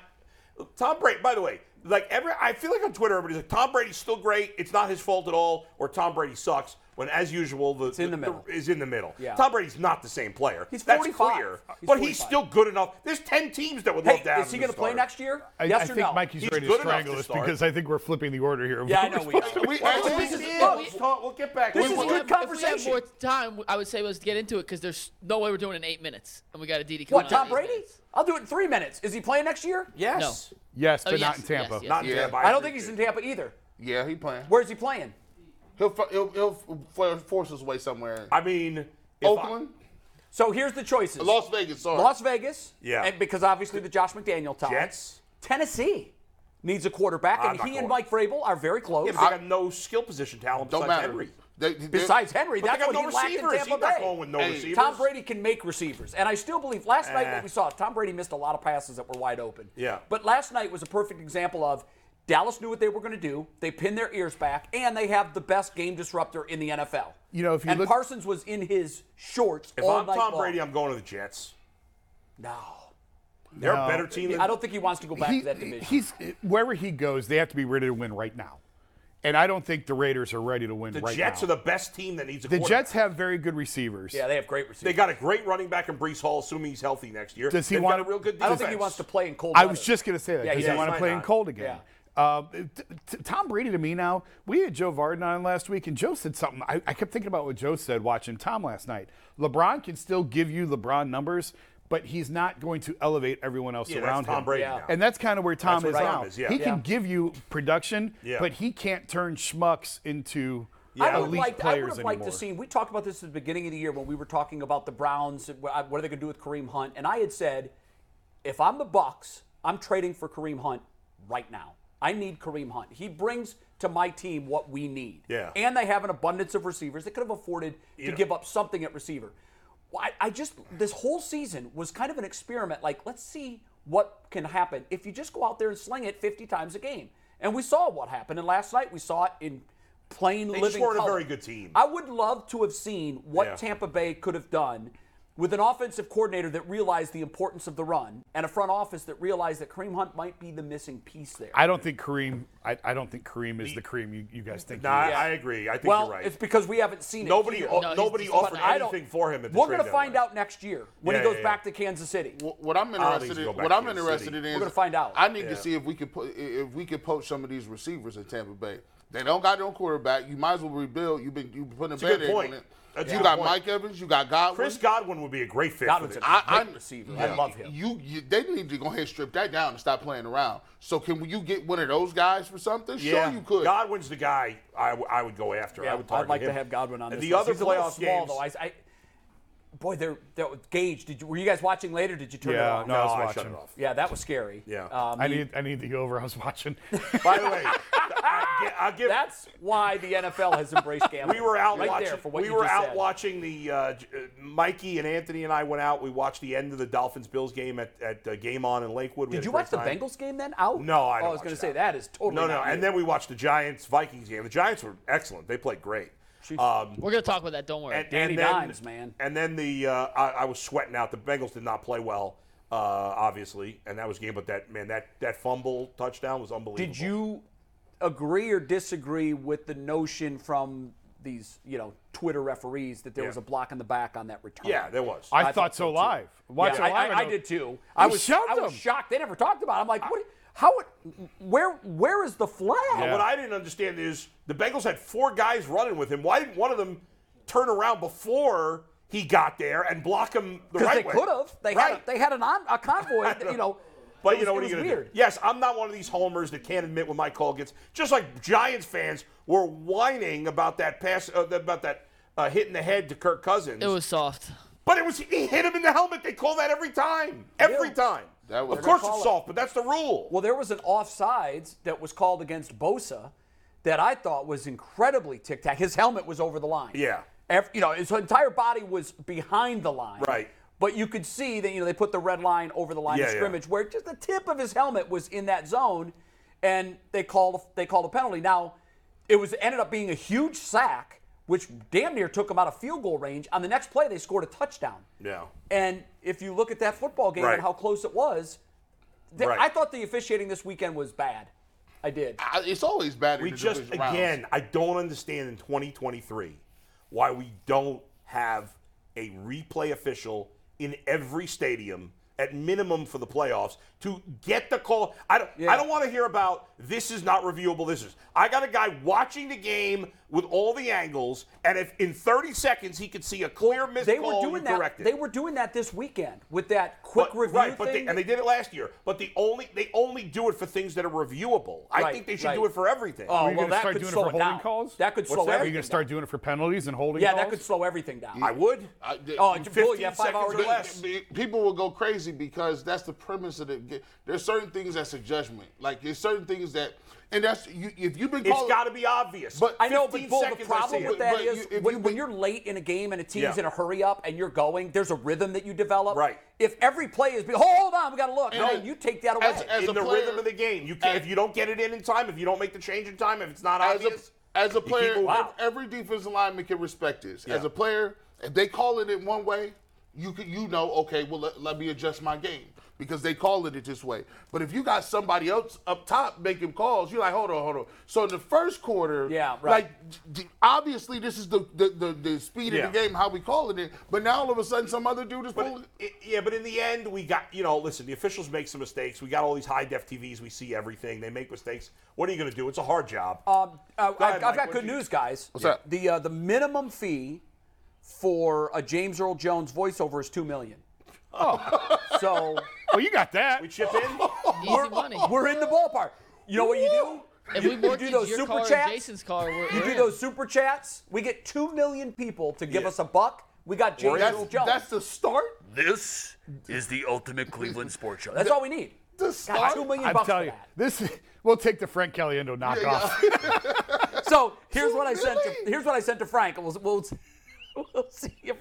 B: Tom Brady. By the way, like every, I feel like on Twitter, everybody's like, Tom Brady's still great. It's not his fault at all, or Tom Brady sucks. When, as usual, the,
A: in the middle.
B: is in the middle.
A: Yeah.
B: Tom Brady's not the same player.
A: He's
B: That's
A: 45.
B: clear,
A: He's
B: but he's
A: 45.
B: still good enough. There's ten teams that would
A: Hey,
B: love to have
A: is he
B: him
A: going to play
B: starter.
A: next year?
D: I,
A: yes
D: I
A: or
D: think
A: no?
D: Mikey's
B: He's
D: ready
B: good
D: to
B: enough
D: strangle
B: to
D: us
B: start.
D: because I think we're flipping the order here. of
A: yeah, I
D: what
A: know
D: we're
A: we are.
D: supposed to-
C: We
A: Well,
C: actually-
A: this is
B: Yeah,
A: look,
B: let's talk- we'll get back.
A: This
B: to
A: is good
B: it.
E: If we have- If
A: conversation.
E: we had more time, I would say let's get into it because there's no way we're doing it in eight minutes, and we got a DD.
A: What,
E: coming out
A: Tom
E: in eight
A: Brady?
E: minutes.
A: I'll do it in three minutes. Is he playing next year?
B: Yes,
D: Yes,
E: Oh,
D: but not
E: yes,
D: in Tampa.
E: yes, yes.
B: not
C: Yeah.
B: Tampa.
A: I don't think
B: agree
A: he's
B: with
A: in Tampa either.
C: Yeah, he playing.
A: Where's he playing?
C: He'll fi- he'll, he'll f- force his way somewhere.
B: you. I mean, if I-
C: Oakland,
A: So here's the choices.
C: Las Vegas. Sorry.
A: Las Vegas.
B: Yeah.
A: and- because obviously the Josh McDaniel time.
B: Jets.
A: Tennessee needs a quarterback,
B: I'm
A: and
B: not
A: he and
B: going.
A: Mike Vrabel are very close. Uh,
B: yeah, but they got no skill position talent
C: Don't
B: besides
C: matter.
B: Henry.
C: They- they-
A: Besides Henry,
B: But they
A: that's
B: got
A: what
B: no
A: he lacked in
B: receivers. He's
A: Tampa
B: not
A: Bay.
B: going with no
C: Hey,
B: receivers.
A: Tom Brady can make receivers, and I still believe last night
B: Eh.
A: what we saw, Tom Brady missed a lot of passes that were wide open.
B: Yeah.
A: But last night was a perfect example of Dallas knew what they were going to do. They pinned their ears back, and they have the best game disruptor in the NFL.
D: You know, if you
A: and
D: look-
A: Parsons was in his shorts
B: If
A: all
B: I'm
A: night
B: Tom
A: long.
B: Brady, I'm going to the Jets.
A: no,
B: They're a better team. Than
A: I don't think he wants to go back
D: He-
A: to that division.
D: He's wherever he goes, they have to be ready to win right now. And I don't think the Raiders are ready to win
B: the
D: right
B: Jets
D: now.
B: are the best team that needs a
D: the
B: quarterback.
D: Jets have very good receivers.
A: yeah, they have great
B: They
A: receivers.
B: got a great running back in Brees Hall, assuming he's healthy next year.
D: Does he
B: They've
D: want-
B: got a real good defense.
A: I don't think he wants to play in cold.
D: I
A: weather.
D: was just going to say that
A: Yeah,
D: because
A: yeah,
D: they want
B: why
D: to play in
B: not?
D: cold again. Uh, t- t- Tom Brady to me now. We had Joe Varden on last week, and Joe said something. I, I kept thinking about what Joe said watching Tom last night. LeBron can still give you LeBron numbers, but he's not going to elevate everyone else
B: Yeah, that's
D: around
B: Tom
D: him.
B: Brady
A: Yeah.
B: now.
D: And that's kind of where Tom
B: That's
D: is
B: where Tom
D: now.
B: is, yeah.
D: He
A: Yeah.
D: can give you production,
B: Yeah.
D: but he can't turn schmucks into
A: I would
D: elite
A: like. I would
D: players
A: have
D: anymore.
A: liked to see. We talked about this at the beginning of the year when we were talking about the Browns. and What what are they going to do with Kareem Hunt? And I had said, if I'm the Bucks, I'm trading for Kareem Hunt right now. I need Kareem Hunt. He brings to my team what we need.
B: Yeah.
A: And they have an abundance of receivers. They could have afforded to
B: know-
A: give up something at receiver. Well, I, I just this whole season was kind of an experiment. Like, let's see what can happen if you just go out there and sling it 50 times a game. And we saw what happened. And last night we saw it in plain
B: They
A: living
B: just weren't a
A: color.
B: very good team.
A: I would love to have seen what
B: Yeah.
A: Tampa Bay could have done with an offensive coordinator that realized the importance of the run and a front office that realized that Kareem Hunt might be the missing piece there.
D: I don't think Kareem. I, I don't think Kareem is the Kareem you, you guys think.
B: Nah, I-
D: he is.
B: I agree. I think
A: well,
B: you're right.
A: it's because we haven't seen
B: Nobody,
A: it. here.
B: o-
E: No, he's
B: nobody
E: just- but
B: offered
A: I don't-
B: anything for him. At the
A: We're
B: trade
A: going to find
B: deadline.
A: out next year when he
B: Yeah,
A: goes
B: yeah,
A: back
B: yeah.
A: to Kansas City.
C: Wh- What I'm interested
B: go
C: in,
B: back
C: what
B: to
C: I'm
B: the
C: interested
B: city.
C: in
B: We're
C: is
A: gonna find out.
C: I need
B: Yeah.
C: to see if we could put, i- if we could poach some of these receivers in Tampa Bay. They don't got no quarterback. You might as well rebuild. You've been you putting a
B: a
C: bad
B: good
C: egg
B: point.
C: on it.
B: That's a
C: you
B: good
C: got
B: point.
C: Mike Evans. You got Godwin.
B: Chris Godwin would be a great fit for
A: Godwin's
B: this.
A: a
B: I,
A: great receiver. I
C: yeah.
A: love him.
C: You, you, they need to go ahead and strip that down and stop playing around. So can you get one of those guys for something?
B: yeah,
C: Sure, you could.
B: Godwin's the guy I, w- I would go after. I would target
A: would like
B: him.
A: to have Godwin on
B: And
A: this.
B: the
A: list.
B: other
A: He's a little
B: playoff
A: small,
B: games-
A: though. I, I, boy, they're, they're Gage. Did you, were you guys watching later? Did you turn it
D: Yeah,
A: off?
D: no, I was
B: I shut
D: watching.
B: it off.
A: Yeah, that was scary.
B: Yeah.
A: Um,
D: I need I need the over. I was watching.
B: By the way, I, gi- I give.
A: that's why the NFL has embraced gambling.
B: we were out
A: right
B: watching.
A: there for what
B: we
A: you
B: were
A: just
B: out
A: said.
B: watching the uh, J- uh, Mikey and Anthony and I went out. We watched the end of the Dolphins Bills game at, at uh, Game On in Lakewood. We
A: Did
B: had a
A: you
B: great
A: watch the
B: time.
A: Bengals game then? Out?
B: No, I.
A: Oh, I
B: Don't
A: was
B: watch
A: going to
B: it
A: say
B: out.
A: that is totally.
B: No, no,
A: not
B: and
A: you.
B: then we watched the Giants Vikings game. The Giants were excellent. They played great. Um,
E: We're gonna talk about that. Don't worry.
B: and,
A: Danny
B: and then,
A: Dimes, man.
B: And then the uh, I, I was sweating out. The Bengals did not play well, uh, obviously, and that was the game. But that man, that that fumble touchdown was unbelievable.
A: Did you agree or disagree with the notion from these, you know, Twitter referees that there
B: Yeah.
A: was a block in the back on that return?
B: Yeah, there was.
D: I,
A: thought
D: thought so
A: so, too.
D: live.
A: Yeah,
D: Watch
A: I,
D: live.
A: I, I
D: know-
A: did too. I
D: They
A: was,
D: shoved
A: I was
D: him.
A: shocked. They never talked about. it. I'm like, what? How? it- Where? Where is the flag?
B: What I didn't understand is the Bengals had four guys running with him. Why didn't one of them turn around before he got there and block him the
A: Because they
B: right way?
A: could have. They
B: right.
A: had. A, they had an on, a convoy. that, you know.
B: But
A: it
B: you know
A: was-
B: what
A: it
B: are you
A: was
B: going to do?
A: weird.
B: Yes, I'm not one of these homers that can't admit when my call gets. Just like Giants fans were whining about that pass, uh, about that uh, hit in the head to Kirk Cousins.
E: it was soft.
B: but it was he hit him in the helmet. They call that every time, every
A: Yeah.
B: time.
C: That was-
B: of course,
A: They call
B: it's
A: it-
B: soft, but that's the rule.
A: Well, there was an offsides that was called against Bosa that I thought was incredibly tic tac. His helmet was over the line.
B: Yeah.
A: Ev- you know, his entire body was behind the line.
B: Right.
A: But you could see that you know they put the red line over the line
B: Yeah,
A: of
B: yeah.
A: scrimmage where just the tip of his helmet was in that zone, and they called they called a penalty. Now, it was ended up being a huge sack, which damn near took him out of field goal range. On the next play, they scored a touchdown.
B: yeah.
A: And if you look at that football game
B: Right.
A: and how close it was, th-
B: Right. Ah,
A: I thought the officiating this weekend was bad. I did.
C: I, it's always bad. in
B: We
C: the
B: just
C: division rounds.
B: again, I don't understand in 2023 why we don't have a replay official in every stadium at minimum for the playoffs to get the call. I don't I don't want to hear about this is not reviewable this is. I got a guy watching the game with all the angles and if in 30 seconds he could see a clear missed
A: They
B: call
A: were doing
B: you
A: that.
B: correct it.
A: They were doing that this weekend with that quick
B: But-
A: review
B: right,
A: thing.
B: but they, and they did it last year. But the only they only do it for things that are reviewable. I
A: Right,
B: think they should
A: right.
B: do it for everything.
A: oh,
D: Are you
A: well,
D: going to
A: that
D: start
A: could
D: doing it
A: slow
D: for holding
A: down.
D: calls?
A: That could slow
D: Are you
A: everything.
D: going to start doing it for penalties and holding
A: down. Yeah,
D: calls?
A: that could slow everything down.
B: I would.
C: I- the-
A: oh, and Bull, yeah,
B: 15
A: five hour
B: seconds or
A: delay.
B: less.
C: Be- People will go crazy because that's the premise of the. ge- There's certain things that's a judgment. Like there's certain things that, and that's you, if you've been.
B: It's
C: calling-
B: got to be obvious.
C: But
A: I know, but
B: 15
A: Bull, the
B: seconds, I
A: problem
B: see
A: with
B: it.
A: that
C: But
A: is
C: you- if
A: when,
C: you-
A: when you're late in a game and a team's
B: Yeah.
A: in a hurry up and you're going, there's a rhythm that you develop.
B: Right.
A: If every play is, be, oh, hold on, we got to look.
C: And
A: And then
C: then
A: you take that away. Uh,
C: as- as
B: in
C: a
B: the
C: player-
B: rhythm of the game, you can't,
C: as-
B: if you don't get it in in time, if you don't make the change in time, if it's not
C: as a
B: obvious,
C: as a
B: keep
C: player,
B: moving.
C: ev- every defensive lineman can respect this. As
B: Yeah.
C: a player, if they call it in one way, you can you know okay, well let, let me adjust my game because they call it it this way. But if you got somebody else up top making calls, you're like hold on, hold on. So in the first quarter,
A: Yeah, right.
C: Like d- obviously this is the the, the, the speed
B: Yeah.
C: of the game how we calling it. But now all of a sudden some other dude is
B: but
C: pulling.
B: it- yeah, but in the end, we got you know. Listen, the officials make some mistakes. We got all these high def TVs. We see everything. They make mistakes. What are you going to do? It's a hard job.
A: Um, uh,
B: Go ahead,
A: I've,
B: Mike,
A: I've got
B: what'd
A: good
B: you-
A: news, guys.
C: What's that?
A: The uh, the minimum fee for a James Earl Jones voiceover is two million. Oh. So
D: Well, you got that.
B: we chip in.
E: Easy money.
A: we're in the ballpark. You know what you do?
E: If
A: You,
E: we
A: you
E: mortgage
A: do those
E: your
A: super
E: car
A: chats.
E: and Jason's car, we're,
A: you
E: we're
A: do
E: in.
A: those super chats. We get two million people to give
B: Yeah.
A: us a buck. We got James Earl
C: That's,
A: Jones.
C: that's the start.
G: This is the ultimate Cleveland sports show.
A: That's all we need.
C: The
A: God,
C: start.
A: two million
D: I'm
A: bucks for
D: telling you,
A: that.
D: this is, we'll take the Frank Caliendo knockoff.
A: So here's what I sent. To,
C: Really?
A: here's what I sent to Frank. and We'll, we'll, we'll see if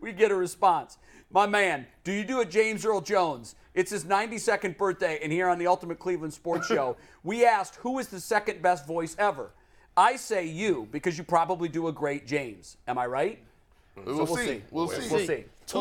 A: we get a response. My man, do you do a James Earl Jones? It's his 92nd birthday, and here on the Ultimate Cleveland Sports Show, we asked who is the second best voice ever. I say you because you probably do a great James. Am I right?
C: We'll,
A: we'll
C: see.
A: see.
C: We'll see.
A: We'll see.